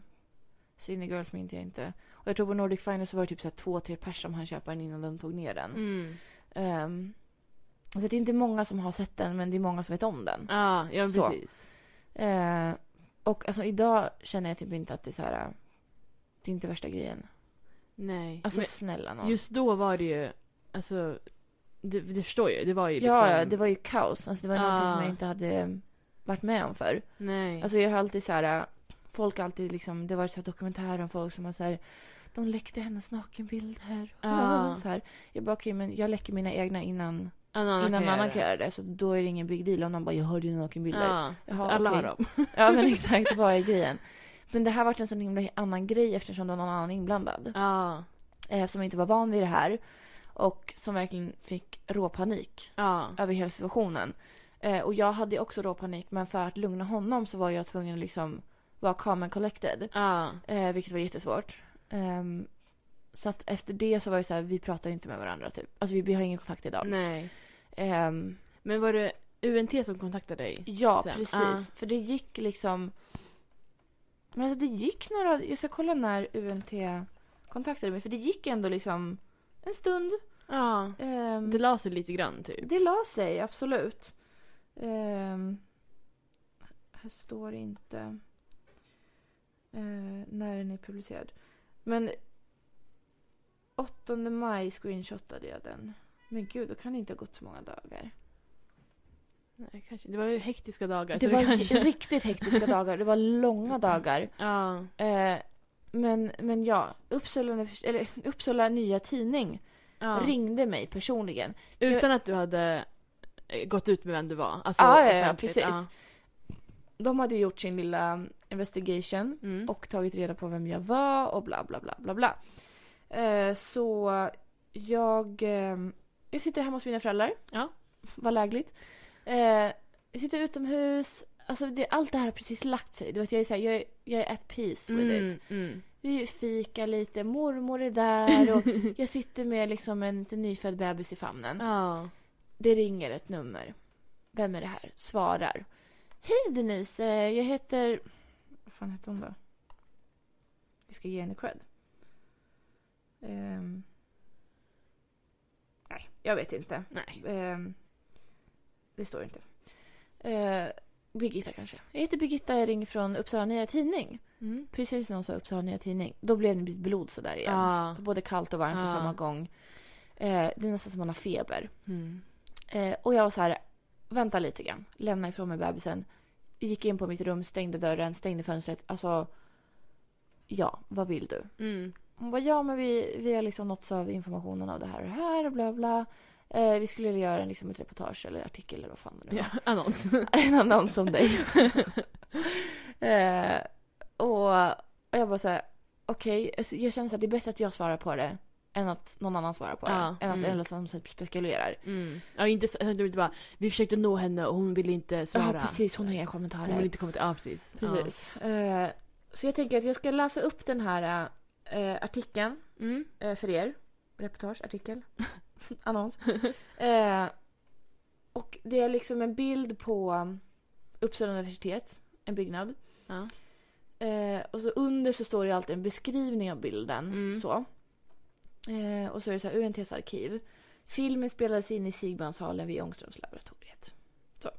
[SPEAKER 1] Cine Girls minns jag inte. Och jag tror på Nordic Finance så var det typ så här två, tre pers som han köpa den innan de tog ner den.
[SPEAKER 2] Mm.
[SPEAKER 1] Ehm, så det är inte många som har sett den, men det är många som vet om den.
[SPEAKER 2] Ja, ja
[SPEAKER 1] Så.
[SPEAKER 2] precis.
[SPEAKER 1] Eh, och alltså idag känner jag typ inte att det är så här. eh, Det är inte värsta grejen.
[SPEAKER 2] Nej.
[SPEAKER 1] Alltså
[SPEAKER 2] Men
[SPEAKER 1] snälla nån.
[SPEAKER 2] just då var det ju, alltså, det, det förstår ju. Det var ju liksom. Ah.
[SPEAKER 1] Ja, ja, det var ju kaos. Alltså det var
[SPEAKER 2] Ja.
[SPEAKER 1] någonting som jag inte hade eh, varit med om förr.
[SPEAKER 2] Nej.
[SPEAKER 1] Alltså jag har alltid så här, folk har alltid liksom, det har varit så här dokumentärer om folk som har så här, de läckte hennes nakenbilder.
[SPEAKER 2] Ja.
[SPEAKER 1] Så här. Jag bara, okej men jag läcker mina egna innan,
[SPEAKER 2] Ja, Ah. någon annan
[SPEAKER 1] innan
[SPEAKER 2] kan
[SPEAKER 1] någon
[SPEAKER 2] göra
[SPEAKER 1] annan
[SPEAKER 2] det.
[SPEAKER 1] kan göra det. Så då är det ingen big deal om någon bara, jag hörde dina nakenbilder. Ja.
[SPEAKER 2] Ja,
[SPEAKER 1] Jaha,
[SPEAKER 2] så alla
[SPEAKER 1] okej.
[SPEAKER 2] har dem.
[SPEAKER 1] men exakt, vad är grejen? Men det här varit en sån himla annan grej eftersom det var någon annan inblandad.
[SPEAKER 2] Ja.
[SPEAKER 1] Eh, som inte var van vid det här. Och som verkligen fick råpanik
[SPEAKER 2] Ja.
[SPEAKER 1] över hela situationen. Eh, och jag hade också då panik men för att lugna honom så var jag tvungen att liksom vara calm and collected.
[SPEAKER 2] Ja.
[SPEAKER 1] Eh, vilket var jättesvårt. Ehm, så att efter det så var det så här, vi pratar ju inte med varandra typ. Alltså vi, vi har ingen kontakt idag.
[SPEAKER 2] Nej.
[SPEAKER 1] Ehm,
[SPEAKER 2] Men var det UNT som kontaktade dig?
[SPEAKER 1] ja,
[SPEAKER 2] Sen,
[SPEAKER 1] precis.
[SPEAKER 2] ah.
[SPEAKER 1] För det gick liksom... Men alltså det gick några... Jag ska kolla när UNT kontaktade mig för det gick ändå liksom en stund.
[SPEAKER 2] Ja.
[SPEAKER 1] Ehm,
[SPEAKER 2] Det la sig lite grann typ.
[SPEAKER 1] Det la sig, absolut. Ehm, här står inte eh, när den är publicerad. Men 8 maj screenshotade jag den. Men gud, då kan det inte ha gått så många dagar.
[SPEAKER 2] Nej, kanske. Det var ju hektiska dagar.
[SPEAKER 1] Det
[SPEAKER 2] så
[SPEAKER 1] var
[SPEAKER 2] kanske... Mm.
[SPEAKER 1] riktigt hektiska dagar. Det var långa dagar.
[SPEAKER 2] [laughs] Ja.
[SPEAKER 1] Eh, men, men ja, Uppsala, univers- eller, Uppsala Nya Tidning
[SPEAKER 2] ja.
[SPEAKER 1] ringde mig personligen.
[SPEAKER 2] Utan att du hade eh, gått ut med vem du var. Alltså,
[SPEAKER 1] Ja, ja, ja,
[SPEAKER 2] offentligt.
[SPEAKER 1] precis. De hade gjort sin lilla investigation.
[SPEAKER 2] Mm.
[SPEAKER 1] och tagit reda på vem jag var och bla bla bla bla bla. Eh, så jag, eh, jag sitter hemma hos mina föräldrar.
[SPEAKER 2] Ja.
[SPEAKER 1] Vad lägligt. Eh, jag sitter utomhus. Alltså det, allt det här har precis lagt sig. Du vet, jag, är så här, jag, är, jag är at peace with
[SPEAKER 2] Mm,
[SPEAKER 1] it.
[SPEAKER 2] mm.
[SPEAKER 1] Vi fikar lite, mormor är där och
[SPEAKER 2] [laughs]
[SPEAKER 1] jag sitter med liksom en lite nyfödd bebis i famnen.
[SPEAKER 2] Ja.
[SPEAKER 1] Det ringer ett nummer. Vem är det här? Svarar. Hej Denise, eh, jag heter... Vad fan heter hon då? Vi ska ge henne cred. Ehm. Nej, jag vet inte.
[SPEAKER 2] Nej.
[SPEAKER 1] Ehm. Det står inte. Eh, Birgitta kanske. Jag heter Birgitta, jag ringer från Uppsala Nya Tidning.
[SPEAKER 2] Mm.
[SPEAKER 1] Precis när hon sa Uppsala Nya Tidning, då blev det mitt blod sådär igen.
[SPEAKER 2] Ja.
[SPEAKER 1] Både kallt och varmt på
[SPEAKER 2] Ja.
[SPEAKER 1] samma gång. Eh, det är nästan som man har feber.
[SPEAKER 2] Mm.
[SPEAKER 1] Eh, och jag var så här, vänta lite grann, lämna ifrån mig bebisen. Gick in på mitt rum, stängde dörren, stängde fönstret. Alltså, ja, vad vill du?
[SPEAKER 2] Mm.
[SPEAKER 1] Hon bara, ja men vi, vi har liksom nåtts av informationen av det här och det här och bla bla. Eh, vi skulle vilja göra en, liksom, ett reportage eller artikel eller vad fan det nu
[SPEAKER 2] Ja, [laughs]
[SPEAKER 1] var. [laughs]
[SPEAKER 2] annons.
[SPEAKER 1] En annons om dig. eh, och, och jag bara så här, okej, alltså, jag känner så här, det är bättre att jag svarar på det än att någon annan svarar på det.
[SPEAKER 2] Ja,
[SPEAKER 1] än att
[SPEAKER 2] mm.
[SPEAKER 1] mm. de typ spekulerar.
[SPEAKER 2] Mm. Ja, inte så att du inte bara, vi försökte nå henne och hon ville inte svara.
[SPEAKER 1] Ja, precis. Hon har inga kommentarer.
[SPEAKER 2] Hon ville inte komma till, ja precis.
[SPEAKER 1] Precis. Eh, så jag tänker att jag ska läsa upp den här eh, artikeln
[SPEAKER 2] Ja.
[SPEAKER 1] [laughs]
[SPEAKER 2] Mm.
[SPEAKER 1] eh, för er. Reportage, artikel, annons. Eh, och det är liksom en bild på Uppsala universitet, en byggnad.
[SPEAKER 2] Ja.
[SPEAKER 1] Eh, och så under så står det alltid en beskrivning av bilden.
[SPEAKER 2] Mm.
[SPEAKER 1] Så. Eh, och så är det så här, UNTs arkiv. Filmen spelades in i Sigbandshallen vid Ångströmslaboratoriet. Så.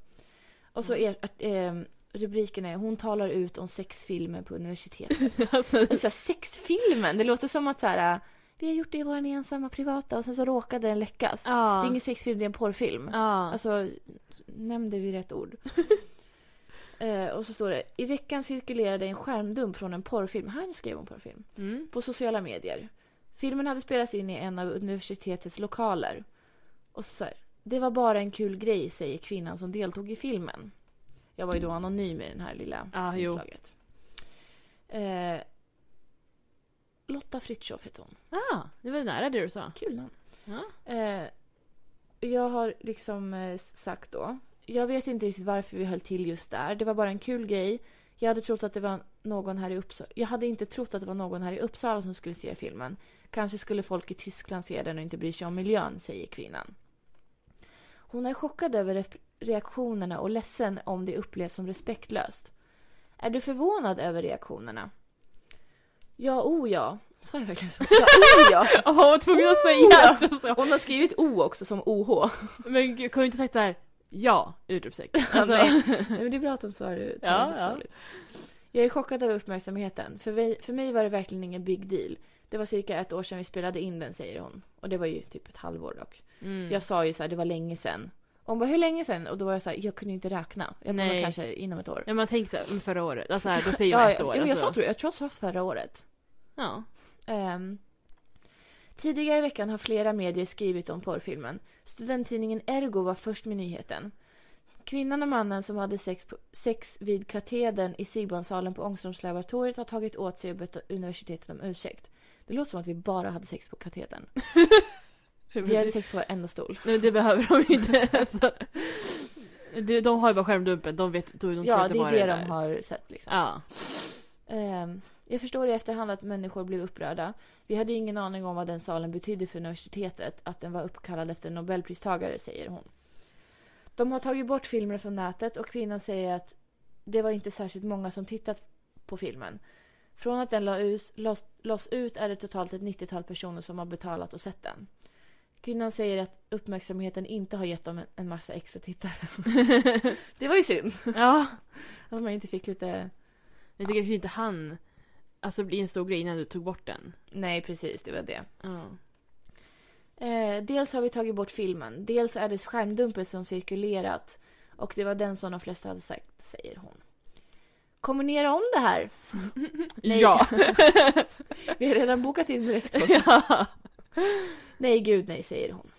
[SPEAKER 1] Och
[SPEAKER 2] Mm.
[SPEAKER 1] så är eh, rubriken är Hon talar ut om sexfilmen på universitetet.
[SPEAKER 2] [laughs] alltså,
[SPEAKER 1] Alltså sexfilmen, det låter som att så här, vi har gjort det i vår ensamma privata och sen så råkade den läckas. Det
[SPEAKER 2] ja.
[SPEAKER 1] är ingen sexfilm, det är en porrfilm.
[SPEAKER 2] ja.
[SPEAKER 1] Alltså, nämnde vi rätt
[SPEAKER 2] [laughs]
[SPEAKER 1] ord? eh, och så står det, i veckan cirkulerade en skärmdump från en porrfilm, han skrev om porrfilm,
[SPEAKER 2] mm.
[SPEAKER 1] på sociala medier. Filmen hade spelats in i en av universitetets lokaler. Och så här, det var bara en kul grej, säger kvinnan som deltog i filmen. Jag var ju då anonym i den här lilla
[SPEAKER 2] Ja, jo.
[SPEAKER 1] inslaget. Eh, Lotta Fritiof heter hon.
[SPEAKER 2] Ah, det var nära det du sa.
[SPEAKER 1] Kul namn.
[SPEAKER 2] Ja.
[SPEAKER 1] Eh, jag har liksom eh, sagt då. Jag vet inte riktigt varför vi höll till just där. Det var bara en kul grej. Jag hade trott att det var en någon här i Uppsala. Jag hade inte trott att det var någon här i Uppsala som skulle se filmen. Kanske skulle folk i Tyskland se den och inte bry sig om miljön, säger kvinnan. Hon är chockad över rep- reaktionerna och ledsen om det upplevs som respektlöst. Är du förvånad över reaktionerna? Ja, o ja. Sa jag verkligen så? [laughs] Ja, o
[SPEAKER 2] [laughs]
[SPEAKER 1] ja.
[SPEAKER 2] Jaha, hon var tvungen att säga det! Alltså.
[SPEAKER 1] Hon har skrivit o också som oh.
[SPEAKER 2] Men gud, kunde du inte sagt såhär ja! [laughs] Utropstecken. Alltså,
[SPEAKER 1] Nej. Nej, men det är bra att de sa det
[SPEAKER 2] Ja, ja.
[SPEAKER 1] bokstavligt. Jag är chockad över uppmärksamheten. För mig, för mig var det verkligen ingen big deal. Det var cirka ett år sedan vi spelade in den, säger hon. Och det var ju typ ett halvår dock.
[SPEAKER 2] mm.
[SPEAKER 1] Jag sa ju så här, det var länge sedan. Hon bara, hur länge sedan? Och då var jag så här, jag kunde inte räkna. Jag menar
[SPEAKER 2] Nej.
[SPEAKER 1] kanske inom ett år.
[SPEAKER 2] Ja man tänker såhär, förra året, alltså, här, då säger man ett
[SPEAKER 1] ja,
[SPEAKER 2] år.
[SPEAKER 1] jo, jag,
[SPEAKER 2] alltså.
[SPEAKER 1] sa, tror, jag tror jag sa förra året.
[SPEAKER 2] Ja.
[SPEAKER 1] Ehm, tidigare i veckan har flera medier skrivit om porrfilmen. Studenttidningen Ergo var först med nyheten. Kvinnan och mannen som hade sex, på, sex vid katedern i Sigbansalen på Ångströmslaboratoriet har tagit åt sig och bett universitetet om ursäkt. Det låter som att vi bara hade sex på katedern. Vi hade sex på varenda stol.
[SPEAKER 2] Nej det behöver de inte. [laughs] Alltså. De, de har ju bara skärmdumpen, de vet, de, de tror
[SPEAKER 1] Ja,
[SPEAKER 2] inte
[SPEAKER 1] det är
[SPEAKER 2] vad
[SPEAKER 1] det
[SPEAKER 2] är
[SPEAKER 1] de
[SPEAKER 2] där.
[SPEAKER 1] har sett liksom.
[SPEAKER 2] Ja. [laughs]
[SPEAKER 1] Ehm, jag förstår i efterhand att människor blev upprörda. Vi hade ju ingen aning om vad den salen betydde för universitetet, att den var uppkallad efter en nobelpristagare, säger hon. De har tagit bort filmen från nätet och kvinnan säger att det var inte särskilt många som tittat på filmen. Från att den la ut, las, las ut är det totalt ett 90-tal personer som har betalat och sett den. Kvinnan säger att uppmärksamheten inte har gett dem en, en massa extra tittare. det var ju synd
[SPEAKER 2] ja.
[SPEAKER 1] att man inte fick lite...
[SPEAKER 2] Jag tycker kanske inte han, alltså blir en stor grej innan du tog bort den.
[SPEAKER 1] Nej, precis, det var det.
[SPEAKER 2] Ja.
[SPEAKER 1] Eh, dels har vi tagit bort filmen, dels är det skärmdumpen som cirkulerat och det var den som de flesta hade sagt, säger hon. Kommer ni göra om det här? Nej.
[SPEAKER 2] Ja.
[SPEAKER 1] [laughs] Vi har redan bokat in direktorn.
[SPEAKER 2] [laughs] ja.
[SPEAKER 1] Nej, gud nej, säger hon.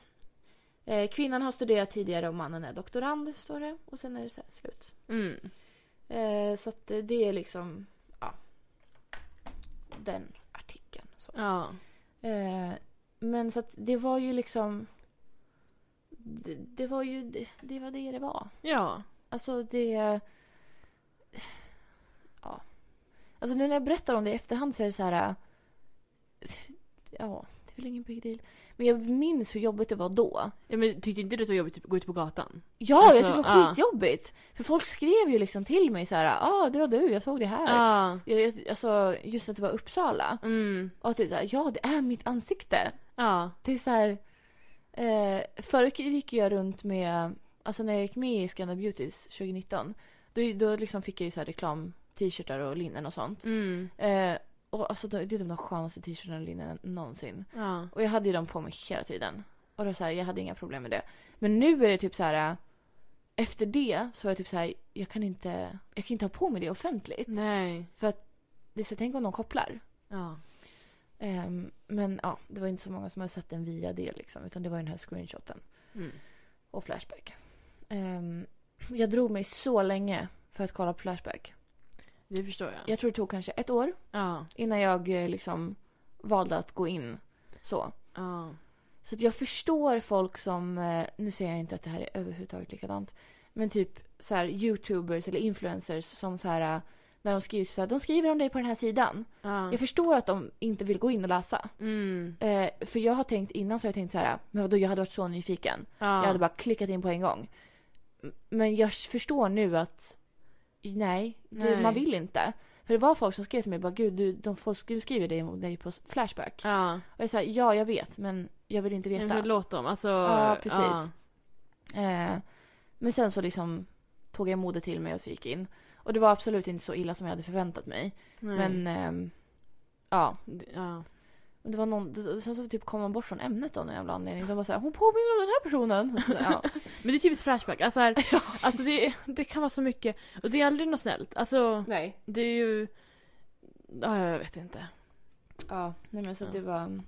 [SPEAKER 1] Eh, kvinnan har studerat tidigare och mannen är doktorand, står det. Och sen är det så här, slut.
[SPEAKER 2] [laughs] Mm.
[SPEAKER 1] Eh, så att eh, det är liksom, ja. Den artikeln. Så.
[SPEAKER 2] Ja.
[SPEAKER 1] Eh, men så att det var ju liksom... Det, det var ju det, det var det det var.
[SPEAKER 2] Ja.
[SPEAKER 1] Alltså det... Ja. Alltså nu när jag berättar om det i efterhand så är det så här... äh, Ja, det är väl ingen big deal. Men jag minns hur jobbigt det var då.
[SPEAKER 2] ja men tyckte inte du att det var jobbigt att gå ut på gatan?
[SPEAKER 1] Ja, jag
[SPEAKER 2] Alltså,
[SPEAKER 1] tyckte det var
[SPEAKER 2] ja.
[SPEAKER 1] skitjobbigt. För folk skrev ju liksom till mig så här, ja ah, det var du, jag såg det här.
[SPEAKER 2] Ja.
[SPEAKER 1] Jag, jag, alltså just att det var Uppsala.
[SPEAKER 2] Mm.
[SPEAKER 1] Och att det är så här, ja det är mitt ansikte.
[SPEAKER 2] Ja.
[SPEAKER 1] Det är så här... Eh, förut gick jag runt med... Alltså när jag gick med i Scandal Beauties 2019 då, då liksom fick jag ju så här reklam t-shirtar och linnen och sånt.
[SPEAKER 2] Mm.
[SPEAKER 1] Eh, och alltså det det är de de skönaste t-shirtarna och linnen någonsin.
[SPEAKER 2] Ja.
[SPEAKER 1] Och jag hade ju dem på mig hela tiden. Och då så här, jag hade inga problem med det. Men nu är det typ så här... eh, Efter det så är jag typ så här, jag kan inte, jag kan inte ha på mig det offentligt.
[SPEAKER 2] Nej.
[SPEAKER 1] För att, det är så här, tänk om de kopplar.
[SPEAKER 2] Ja.
[SPEAKER 1] Ehm, men ja, det var inte så många som hade sett den via det liksom. Utan det var ju den här screenshoten
[SPEAKER 2] Mm.
[SPEAKER 1] och Flashback. Ehm, jag drog mig så länge för att kolla på Flashback.
[SPEAKER 2] Det förstår jag.
[SPEAKER 1] Jag tror det tog kanske ett år
[SPEAKER 2] Ja.
[SPEAKER 1] innan jag eh, liksom valde att gå in så.
[SPEAKER 2] Ja.
[SPEAKER 1] Så att jag förstår folk som, eh, nu säger jag inte att det här är överhuvudtaget likadant, men typ så här youtubers eller influencers som så här eh, när de skriver så här, de skriver om dig på den här sidan.
[SPEAKER 2] Ja.
[SPEAKER 1] Jag förstår att de inte vill gå in och läsa.
[SPEAKER 2] Mm.
[SPEAKER 1] Eh, för jag har tänkt innan så har jag tänkt så här, men vadå jag hade varit så nyfiken.
[SPEAKER 2] Ja.
[SPEAKER 1] Jag hade bara klickat in på en gång. M- Men jag förstår nu att nej, Det,
[SPEAKER 2] Nej.
[SPEAKER 1] man vill inte. För det var folk som skrev till mig bara gud du, de får, du skriver det om dig på Flashback.
[SPEAKER 2] Ja.
[SPEAKER 1] Och jag sa ja jag vet men jag vill inte
[SPEAKER 2] Men
[SPEAKER 1] veta.
[SPEAKER 2] så låt dem, alltså.
[SPEAKER 1] Ja, precis.
[SPEAKER 2] Ja.
[SPEAKER 1] eh, men sen så liksom tog jag modet till mig och så gick in. Och det var absolut inte så illa som jag hade förväntat mig.
[SPEAKER 2] Nej.
[SPEAKER 1] Men ehm, ja.
[SPEAKER 2] Ja.
[SPEAKER 1] Och Det var någon, sen så typ kom man bort från ämnet av någon jävla anledning. De var såhär, hon påminner om den här personen. [laughs] Så, ja.
[SPEAKER 2] Men det är typiskt Flashback.
[SPEAKER 1] [laughs]
[SPEAKER 2] Alltså, här, alltså det, det kan vara så mycket. Och det är aldrig något snällt. Alltså
[SPEAKER 1] Nej.
[SPEAKER 2] det är ju... Ja, jag vet inte.
[SPEAKER 1] Ja, nej men så
[SPEAKER 2] Ja.
[SPEAKER 1] det var...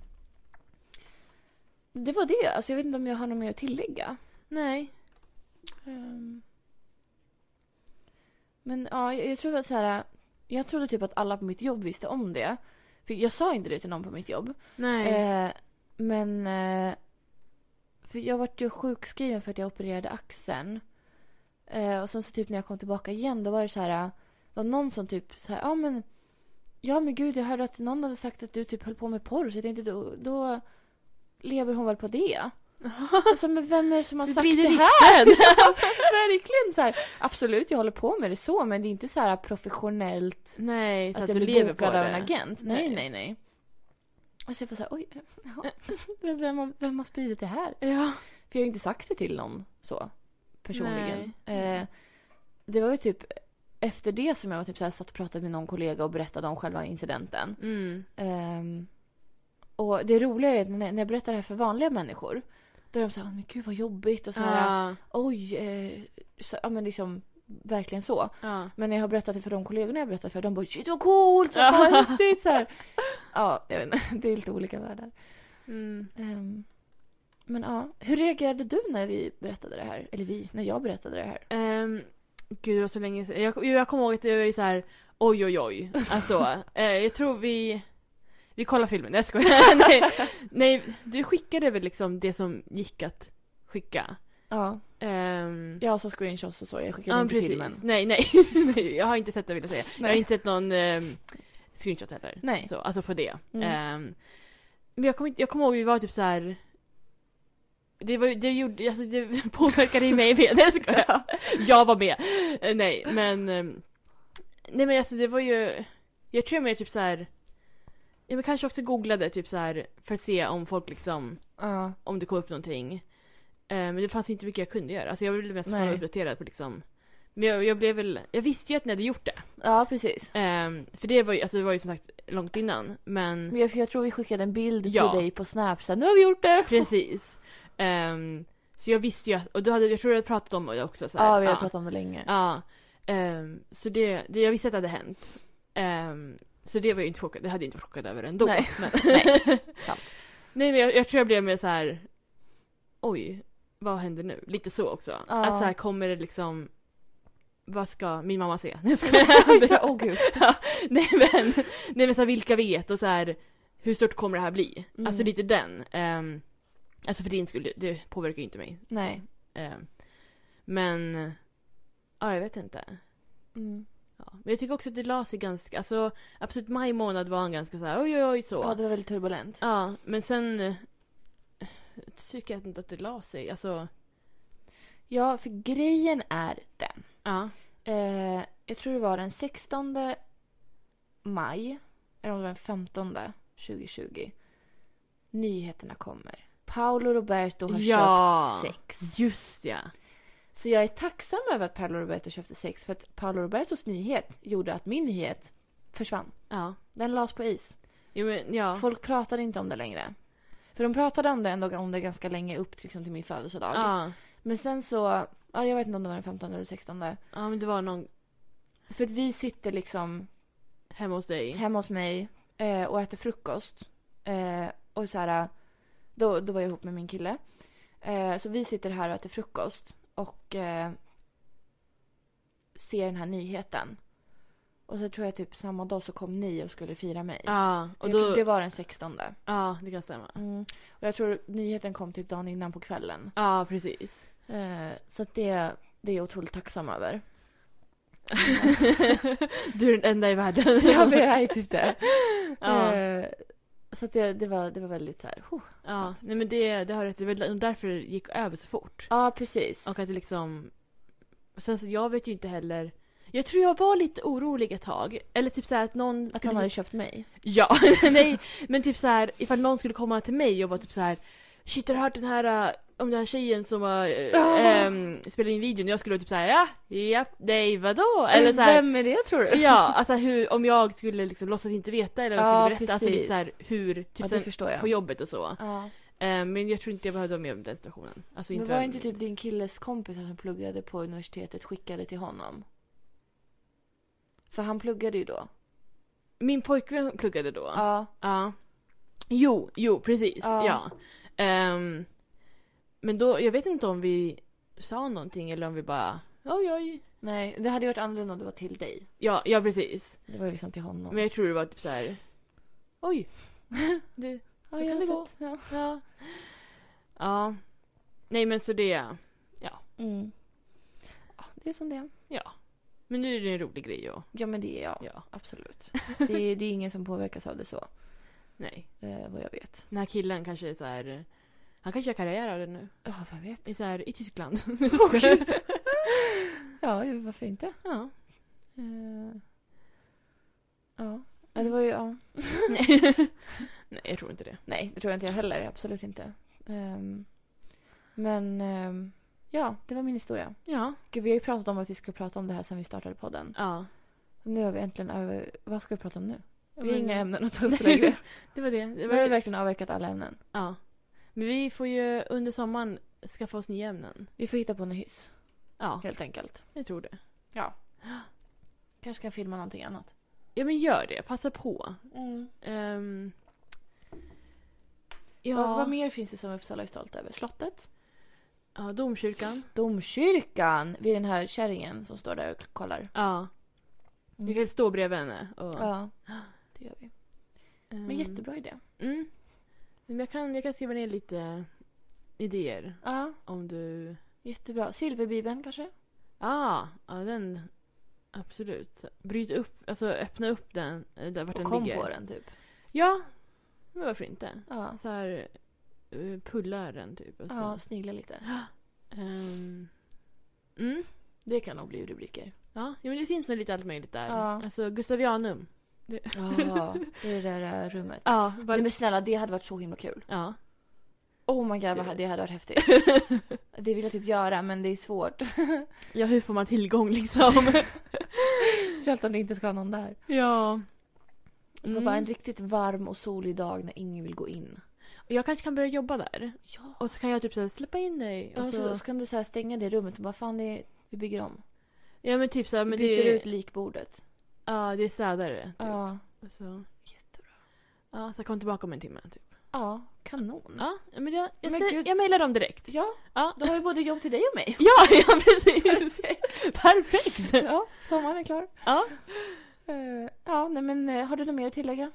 [SPEAKER 1] Det var det. Alltså jag vet inte om jag har något mer att tillägga.
[SPEAKER 2] Nej.
[SPEAKER 1] Ehm. Men ja, jag, jag tror att så här... Jag trodde typ att alla på mitt jobb visste om det. För jag sa inte det till någon på mitt jobb.
[SPEAKER 2] Nej.
[SPEAKER 1] Eh, men... Eh, för jag vart ju sjukskriven för att jag opererade axeln. Eh, och sen så typ när jag kom tillbaka igen då var det så här... var någon som typ så här, ja men Ja men gud jag hörde att någon hade sagt att du typ höll på med porr så jag tänkte då, då lever hon väl på det.
[SPEAKER 2] [laughs]
[SPEAKER 1] Alltså, men vem är det som har
[SPEAKER 2] Så
[SPEAKER 1] sagt
[SPEAKER 2] blir
[SPEAKER 1] det
[SPEAKER 2] det
[SPEAKER 1] här? [laughs] Alltså, Verkligen så här. Absolut jag håller på med det så men det är inte så här professionellt
[SPEAKER 2] Nej, så
[SPEAKER 1] att,
[SPEAKER 2] att,
[SPEAKER 1] jag
[SPEAKER 2] du
[SPEAKER 1] blir
[SPEAKER 2] lever på
[SPEAKER 1] bokad av en
[SPEAKER 2] det.
[SPEAKER 1] agent. Nej,
[SPEAKER 2] Nej.
[SPEAKER 1] nej, nej. Och så jag får såhär, oj, [laughs] jaha. vem, har, vem har spridit det här?
[SPEAKER 2] Ja.
[SPEAKER 1] För jag har ju inte sagt det till någon så, personligen.
[SPEAKER 2] Nej.
[SPEAKER 1] Eh, det var ju typ efter det som jag var typ så här, satt och pratade med någon kollega och berättade om själva incidenten.
[SPEAKER 2] Mm.
[SPEAKER 1] Ehm, och det roliga är att när, när jag berättar det här för vanliga människor, då är de såhär, men gud vad jobbigt och så här,
[SPEAKER 2] Ja.
[SPEAKER 1] oj, eh, så, ja men liksom verkligen så.
[SPEAKER 2] Ja.
[SPEAKER 1] Men när jag har berättat det för de kollegorna jag berättat för, de bara shit vad coolt, så fan [laughs] häftigt så här. Ja, jag vet inte, [laughs] det är lite olika världar.
[SPEAKER 2] Mm.
[SPEAKER 1] Ehm, men ja, hur reagerade du när vi berättade det här? Eller vi, när jag berättade det här?
[SPEAKER 2] Ehm, gud, det var så länge sedan. Jag, jag kommer ihåg att det var ju så här, oj oj oj. Alltså, eh, jag tror vi... Vi kollar filmen, nej jag skojar. [laughs] nej, nej, du skickade väl liksom det som gick att skicka?
[SPEAKER 1] Ja,
[SPEAKER 2] Ehm,
[SPEAKER 1] jag sa screenshots och så, jag skickade
[SPEAKER 2] ja,
[SPEAKER 1] inte
[SPEAKER 2] precis.
[SPEAKER 1] filmen.
[SPEAKER 2] Nej, nej, [laughs] nej. Jag har inte sett det vill jag säga. Jag har
[SPEAKER 1] Nej.
[SPEAKER 2] inte sett någon ehm, screenshot heller.
[SPEAKER 1] Nej.
[SPEAKER 2] Så, alltså på det.
[SPEAKER 1] Mm.
[SPEAKER 2] Ehm, men jag kommer inte- jag kommer ihåg vi var typ så här. Det, var, ju- det, gjorde, alltså det [laughs] påverkade ju mig med, det ska jag. Jag var med. Eh, nej men. ehm, nej men alltså det var ju. Jag tror jag mer typ så här. Ja men kanske också googlade typ så här för att se om folk liksom,
[SPEAKER 1] Ja,
[SPEAKER 2] om det kom upp någonting. Eh, men det fanns ju inte mycket jag kunde göra. Alltså jag ville mest vara
[SPEAKER 1] Nej.
[SPEAKER 2] uppdaterad på liksom. Men jag, jag blev väl, jag visste ju att ni hade gjort det.
[SPEAKER 1] ja precis.
[SPEAKER 2] Ehm, för det var ju, alltså det var ju som sagt långt innan. Men.
[SPEAKER 1] Men jag, för jag tror vi skickade en bild
[SPEAKER 2] Ja.
[SPEAKER 1] till dig på Snap så här, nu har vi gjort det!
[SPEAKER 2] Precis. Ehm, så jag visste ju att, och du hade, jag tror du hade pratat om det också. Så här.
[SPEAKER 1] Ja, vi har pratat om det länge.
[SPEAKER 2] Ja. Ehm, så det, det, jag visste att det hade hänt. Ehm, så det var jag inte chockad, det hade jag inte varit chockad över ändå.
[SPEAKER 1] Nej.
[SPEAKER 2] Men,
[SPEAKER 1] [laughs] Nej, sant.
[SPEAKER 2] Nej men jag, jag tror jag blev mer så här. oj, vad händer nu? Lite så också.
[SPEAKER 1] Ja.
[SPEAKER 2] Att så här kommer det liksom, vad ska min
[SPEAKER 1] [laughs]
[SPEAKER 2] mamma se?
[SPEAKER 1] Så, Åh
[SPEAKER 2] [laughs]
[SPEAKER 1] gud.
[SPEAKER 2] nej men, nej men så här, vilka vet och så här hur stort kommer det här bli?
[SPEAKER 1] Mm.
[SPEAKER 2] Alltså lite den. Ehm, alltså för din skull, det- det påverkar ju inte mig.
[SPEAKER 1] Nej.
[SPEAKER 2] Så, ehm, men, ja jag vet inte.
[SPEAKER 1] Mm.
[SPEAKER 2] Ja. Men jag tycker också att det la sig ganska, alltså absolut maj månad var en ganska så här oj oj oj så.
[SPEAKER 1] Ja, det var väldigt turbulent.
[SPEAKER 2] Ja, men sen eh, tycker jag inte att det la sig. Alltså,
[SPEAKER 1] Ja, för grejen är den.
[SPEAKER 2] ja.
[SPEAKER 1] Eh, jag tror det var den 16 maj, eller om det var den 15 2020. Nyheterna kommer. Paolo Roberto har
[SPEAKER 2] Ja.
[SPEAKER 1] köpt sex.
[SPEAKER 2] Just ja.
[SPEAKER 1] Så jag är tacksam över att Paolo Roberto köpte sex för att Paolo Robertos nyhet gjorde att min nyhet försvann.
[SPEAKER 2] Ja.
[SPEAKER 1] Den lades på is.
[SPEAKER 2] Jo men ja.
[SPEAKER 1] Folk pratade inte om det längre. För de pratade om det ändå om det ganska länge upp liksom, till min födelsedag.
[SPEAKER 2] ja.
[SPEAKER 1] Men sen så, ja, jag vet inte om det var den 15 eller 16.
[SPEAKER 2] Ja men det var någon
[SPEAKER 1] För att vi sitter liksom
[SPEAKER 2] hemma hos dig.
[SPEAKER 1] hemma hos mig eh, och äter frukost. Eh, och så här, då, då var jag ihop med min kille. Eh, så vi sitter här och äter frukost och eh, ser den här nyheten. Och så tror jag typ samma dag så kom ni och skulle fira mig.
[SPEAKER 2] Ja. Och
[SPEAKER 1] Jag tror
[SPEAKER 2] då,
[SPEAKER 1] Det var den 16.
[SPEAKER 2] ja det kan stämma.
[SPEAKER 1] Och jag tror nyheten kom typ dagen innan på kvällen.
[SPEAKER 2] Ja [laughs] precis.
[SPEAKER 1] Eh, så att det, det är jag otroligt tacksam [laughs] över.
[SPEAKER 2] du är den enda i världen.
[SPEAKER 1] ja,
[SPEAKER 2] [laughs]
[SPEAKER 1] men jag är typ det.
[SPEAKER 2] ja.
[SPEAKER 1] Eh, så att det, det, var, det var väldigt så här... huh.
[SPEAKER 2] ja. Nej men det, det har du rätt i. Det var därför det gick över så fort.
[SPEAKER 1] Ja, precis.
[SPEAKER 2] Och att det liksom... Sen så jag vet ju inte heller. Jag tror jag var lite orolig ett tag. Eller typ så här att någon
[SPEAKER 1] Att han hade köpt mig?
[SPEAKER 2] Ja, [laughs] nej. Men typ så här, ifall någon skulle komma till mig och vara typ så här. Shit, har du hört den här äh, om den här tjejen som har
[SPEAKER 1] Ah.
[SPEAKER 2] äh, ähm, spelat in videon? Jag skulle vara typ så här, ja, japp, nej, vadå? Eller så här,
[SPEAKER 1] Eh, Vem är det tror du?
[SPEAKER 2] Ja, alltså hur, om jag skulle liksom låtsas inte veta eller om jag
[SPEAKER 1] Ja,
[SPEAKER 2] skulle berätta. Alltså lite
[SPEAKER 1] precis.
[SPEAKER 2] så här, hur, typ
[SPEAKER 1] ja,
[SPEAKER 2] sen
[SPEAKER 1] det förstår jag.
[SPEAKER 2] på jobbet och så.
[SPEAKER 1] Ja.
[SPEAKER 2] Äh, men jag tror inte jag behövde vara med om den situationen. Alltså,
[SPEAKER 1] Men
[SPEAKER 2] inte
[SPEAKER 1] var det
[SPEAKER 2] vem-
[SPEAKER 1] inte typ din killes kompisar som pluggade på universitetet skickade till honom? För han pluggade ju då.
[SPEAKER 2] Min pojkvän pluggade då.
[SPEAKER 1] Ja.
[SPEAKER 2] Ja. Jo, jo precis.
[SPEAKER 1] Ja.
[SPEAKER 2] Ja. Ehm, men då, jag vet inte om vi sa någonting eller om vi bara oj oj.
[SPEAKER 1] Nej, det hade ju varit annorlunda om det var till dig.
[SPEAKER 2] Ja, ja precis.
[SPEAKER 1] Det var ju liksom till honom.
[SPEAKER 2] Men jag tror det var typ så här. Oj. det,
[SPEAKER 1] Ja,
[SPEAKER 2] så
[SPEAKER 1] jag
[SPEAKER 2] kan
[SPEAKER 1] har
[SPEAKER 2] det gå.
[SPEAKER 1] sett. Ja.
[SPEAKER 2] Ja. ja. Nej men så det,
[SPEAKER 1] Mm. Ja, det är som det är.
[SPEAKER 2] ja. Men nu är det en rolig grej och,
[SPEAKER 1] Ja men det är jag.
[SPEAKER 2] ja.
[SPEAKER 1] [laughs] Absolut. Det är, det är ingen som påverkas av det så.
[SPEAKER 2] Nej.
[SPEAKER 1] Eh, vad jag vet.
[SPEAKER 2] Den här killen kanske är så här. Han kanske gör karriär av det nu.
[SPEAKER 1] Ja, vem vet.
[SPEAKER 2] I, så här, i Tyskland.
[SPEAKER 1] Ja, ju, varför inte?
[SPEAKER 2] ja.
[SPEAKER 1] Eh, ja. ja, det var ju... Ja.
[SPEAKER 2] [laughs] Nej, jag tror inte det.
[SPEAKER 1] Nej, det tror jag inte jag heller. Absolut inte. Ehm, men ehm, ja, det var min historia.
[SPEAKER 2] Ja.
[SPEAKER 1] Gud, vi har ju pratat om att vi skulle prata om det här sen vi startade podden.
[SPEAKER 2] Ja.
[SPEAKER 1] Nu har vi äntligen över... Vad ska vi prata om nu? Vi har
[SPEAKER 2] Men-
[SPEAKER 1] inga ämnen att ta upp längre.
[SPEAKER 2] Det var det. det
[SPEAKER 1] Nu har vi
[SPEAKER 2] var...
[SPEAKER 1] verkligen avverkat alla ämnen.
[SPEAKER 2] Ja. Men vi får ju under sommaren skaffa oss nya ämnen.
[SPEAKER 1] Vi får hitta på en hyss,
[SPEAKER 2] Ja,
[SPEAKER 1] helt enkelt.
[SPEAKER 2] jag tror det.
[SPEAKER 1] Kanske kan filma någonting annat.
[SPEAKER 2] Ja men gör det, passa på.
[SPEAKER 1] Mm.
[SPEAKER 2] Ehm, ja,
[SPEAKER 1] Vad, vad mer finns det som Uppsala är stolt över? Slottet?
[SPEAKER 2] ja, domkyrkan.
[SPEAKER 1] Domkyrkan! Vid den här kärringen som står där och kollar.
[SPEAKER 2] Ja. Vi kan stå bredvid henne. Och,
[SPEAKER 1] Ja, det gör vi.
[SPEAKER 2] ehm,
[SPEAKER 1] Men jättebra idé.
[SPEAKER 2] Mm. Men jag, kan, jag kan skriva ner lite idéer
[SPEAKER 1] Ja,
[SPEAKER 2] om du...
[SPEAKER 1] jättebra. Silverbibeln kanske?
[SPEAKER 2] Ja, ja den... Absolut. Bryt upp, alltså öppna upp den, eh, där vart
[SPEAKER 1] Och
[SPEAKER 2] den
[SPEAKER 1] kom
[SPEAKER 2] ligger.
[SPEAKER 1] på den typ.
[SPEAKER 2] Ja, men varför inte?
[SPEAKER 1] Ja,
[SPEAKER 2] Så här, eh, pulla den typ. Alltså.
[SPEAKER 1] ja snigla lite.
[SPEAKER 2] Ehm, mm.
[SPEAKER 1] Det kan nog bli rubriker.
[SPEAKER 2] Ja, ja, men det finns nog lite allt möjligt där.
[SPEAKER 1] Ja.
[SPEAKER 2] Alltså Gustavianum.
[SPEAKER 1] Ja, [laughs] i det där eh, rummet.
[SPEAKER 2] Ja,
[SPEAKER 1] Nej, men snälla, det hade varit så himla kul.
[SPEAKER 2] Mm. ja.
[SPEAKER 1] Oh my god, vad- det hade varit [laughs] häftigt. Det vill jag typ göra, men det är svårt.
[SPEAKER 2] ja, hur får man tillgång liksom?
[SPEAKER 1] [laughs] Speciellt om det inte ska vara någon där.
[SPEAKER 2] ja. Mm.
[SPEAKER 1] Det får vara en riktigt varm och solig dag när ingen vill gå in.
[SPEAKER 2] Och Jag kanske kan börja jobba där.
[SPEAKER 1] Ja. Alltså-
[SPEAKER 2] Och så kan jag typ så här, släppa in dig.
[SPEAKER 1] Och
[SPEAKER 2] Och
[SPEAKER 1] så,
[SPEAKER 2] så,
[SPEAKER 1] så kan du så här stänga det rummet och bara fan, det är, vi bygger om.
[SPEAKER 2] ja men typ så här,
[SPEAKER 1] Vi
[SPEAKER 2] men
[SPEAKER 1] byter
[SPEAKER 2] det,
[SPEAKER 1] ut typ. likbordet.
[SPEAKER 2] ja, det är städare. Typ.
[SPEAKER 1] Ja.
[SPEAKER 2] Och så,
[SPEAKER 1] Jättebra.
[SPEAKER 2] ja, så kom tillbaka om en timme typ.
[SPEAKER 1] Ja, kanon.
[SPEAKER 2] Ja, men jag, jag,
[SPEAKER 1] Men
[SPEAKER 2] ställ-
[SPEAKER 1] gud.
[SPEAKER 2] jag mejlar dem direkt.
[SPEAKER 1] Ja,
[SPEAKER 2] Ja.
[SPEAKER 1] då har vi både jobb till dig och mig.
[SPEAKER 2] [laughs] Ja, ja precis! Perfekt!
[SPEAKER 1] Ja, sommaren är klar.
[SPEAKER 2] Ja.
[SPEAKER 1] Eh, ja, nej men eh, har du något mer att tillägga?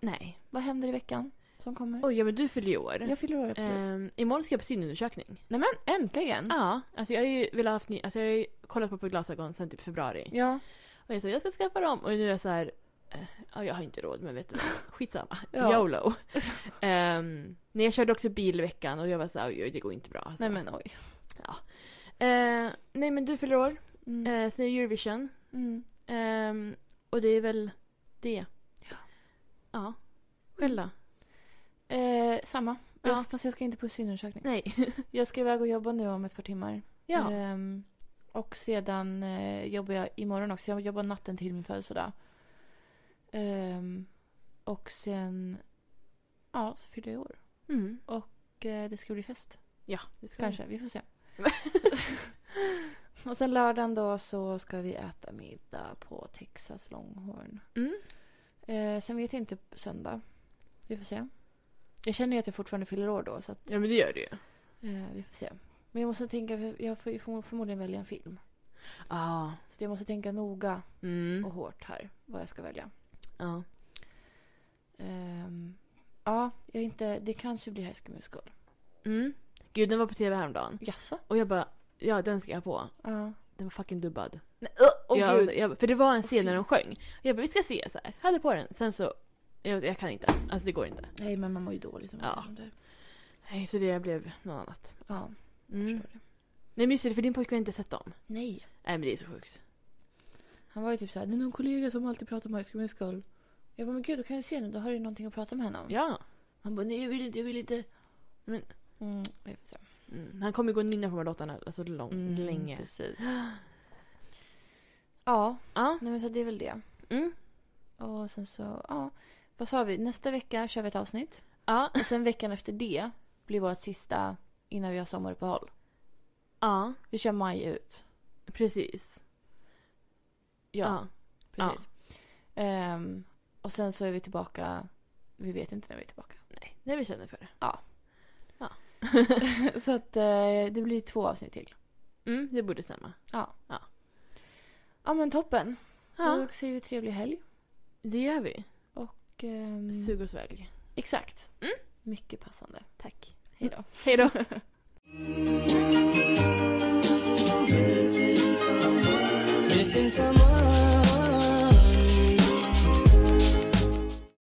[SPEAKER 2] Nej.
[SPEAKER 1] Vad händer i veckan som kommer?
[SPEAKER 2] Oj, ja men du fyller ju år.
[SPEAKER 1] Jag fyller år absolut.
[SPEAKER 2] Ehm, imorgon ska jag på synundersökning.
[SPEAKER 1] Nej men äntligen!
[SPEAKER 2] Ja, alltså jag har ju velat haft ny, alltså jag har ju kollat på, på glasögon sen typ februari.
[SPEAKER 1] Ja.
[SPEAKER 2] Och jag sa jag ska skaffa dem och nu är jag så här. eh, Ja, jag har inte råd men [laughs] vet du vad? Skitsamma.
[SPEAKER 1] Ja.
[SPEAKER 2] [laughs] YOLO. um, nej, jag körde också bil i veckan och jag var så här, oj, oj det går inte bra. Alltså.
[SPEAKER 1] Nej men oj.
[SPEAKER 2] Eh, nej men du fyller år.
[SPEAKER 1] Mm.
[SPEAKER 2] Uh, sen är det Eurovision.
[SPEAKER 1] Mm.
[SPEAKER 2] Ehm, och det är väl det.
[SPEAKER 1] Ja.
[SPEAKER 2] Ja. Mm. Själv då?
[SPEAKER 1] Eh, samma.
[SPEAKER 2] Ja.
[SPEAKER 1] Jag, fast jag ska inte på synundersökning.
[SPEAKER 2] Nej. Eh.
[SPEAKER 1] Jag ska iväg och jobba nu om ett par timmar.
[SPEAKER 2] [laughs] Ja.
[SPEAKER 1] Ehm, och sedan eh, jobbar jag imorgon också. Jag jobbar natten till min födelsedag. Ehm, och sen... Ja, så fyller jag år.
[SPEAKER 2] Mm.
[SPEAKER 1] Och eh, det ska bli fest.
[SPEAKER 2] Ja, det ska
[SPEAKER 1] Kanske. Vi får
[SPEAKER 2] [laughs]
[SPEAKER 1] se. och sen lördagen då så ska vi äta middag på Texas Longhorn.
[SPEAKER 2] Mm.
[SPEAKER 1] Eh, sen vet jag inte på söndag. Vi får se. Jag känner ju att jag fortfarande fyller år då så att,
[SPEAKER 2] Ja men det gör det ju.
[SPEAKER 1] eh, vi får se. Men jag måste tänka, för jag får ju förmo- förmodligen välja en film.
[SPEAKER 2] Ja.
[SPEAKER 1] Så att jag måste tänka noga
[SPEAKER 2] Mm.
[SPEAKER 1] och hårt här vad jag ska välja.
[SPEAKER 2] Ja.
[SPEAKER 1] Ehm, ja, jag är inte, det kanske blir High School Musical.
[SPEAKER 2] Mm. Gud den var på tv häromdagen.
[SPEAKER 1] Jaså?
[SPEAKER 2] Och jag bara, ja den ska jag på.
[SPEAKER 1] Ja.
[SPEAKER 2] Den var fucking dubbad.
[SPEAKER 1] Nej, uh, åh
[SPEAKER 2] jag,
[SPEAKER 1] gud.
[SPEAKER 2] jag, för det var en
[SPEAKER 1] fy.
[SPEAKER 2] scen när de sjöng. Och jag bara, vi ska se så här. Jag hade på den. Sen så, jag, jag kan inte. Alltså det går inte.
[SPEAKER 1] Nej men man mår ju dåligt om man
[SPEAKER 2] Ja.
[SPEAKER 1] ser sånt där.
[SPEAKER 2] Nej, så det blev något annat.
[SPEAKER 1] Ja, jag
[SPEAKER 2] Mm.
[SPEAKER 1] förstår det.
[SPEAKER 2] Nej men just det, för din pojkvän har inte sett dem.
[SPEAKER 1] Nej.
[SPEAKER 2] Nej men det är så sjukt.
[SPEAKER 1] Han var ju typ såhär, det är någon kollega som alltid pratar om High School Musical. Jag bara, men gud då kan du se nu, då har du ju någonting att prata med henne om.
[SPEAKER 2] Ja.
[SPEAKER 1] Han bara, nej jag vill inte, jag vill inte.
[SPEAKER 2] Men-
[SPEAKER 1] Mm, jag får se.
[SPEAKER 2] Mm. Han kommer ju gå och nynna på de här låtarna alltså lång,
[SPEAKER 1] Mm,
[SPEAKER 2] länge.
[SPEAKER 1] Precis. Ja,
[SPEAKER 2] Ja.
[SPEAKER 1] nej men så det är väl det.
[SPEAKER 2] Mm.
[SPEAKER 1] Och sen så, ja. Vad sa vi? Nästa vecka kör vi ett avsnitt.
[SPEAKER 2] Ja.
[SPEAKER 1] Och sen veckan efter det blir vårt sista innan vi har sommaruppehåll.
[SPEAKER 2] Ja.
[SPEAKER 1] Vi kör maj ut.
[SPEAKER 2] Precis.
[SPEAKER 1] Ja, precis. Ehm, och sen så är vi tillbaka, vi vet inte när vi är tillbaka.
[SPEAKER 2] Nej, när vi känner för det.
[SPEAKER 1] så att eh, det blir två avsnitt till.
[SPEAKER 2] Mm, det borde stämma.
[SPEAKER 1] Ja men toppen.
[SPEAKER 2] Ja,
[SPEAKER 1] Då säger vi trevlig helg.
[SPEAKER 2] det gör vi.
[SPEAKER 1] Och, ehm,
[SPEAKER 2] Sug och svälj.
[SPEAKER 1] exakt.
[SPEAKER 2] Mm.
[SPEAKER 1] Mycket passande.
[SPEAKER 2] Tack.
[SPEAKER 1] Hej då.
[SPEAKER 2] Hej då.
[SPEAKER 3] This since I'm on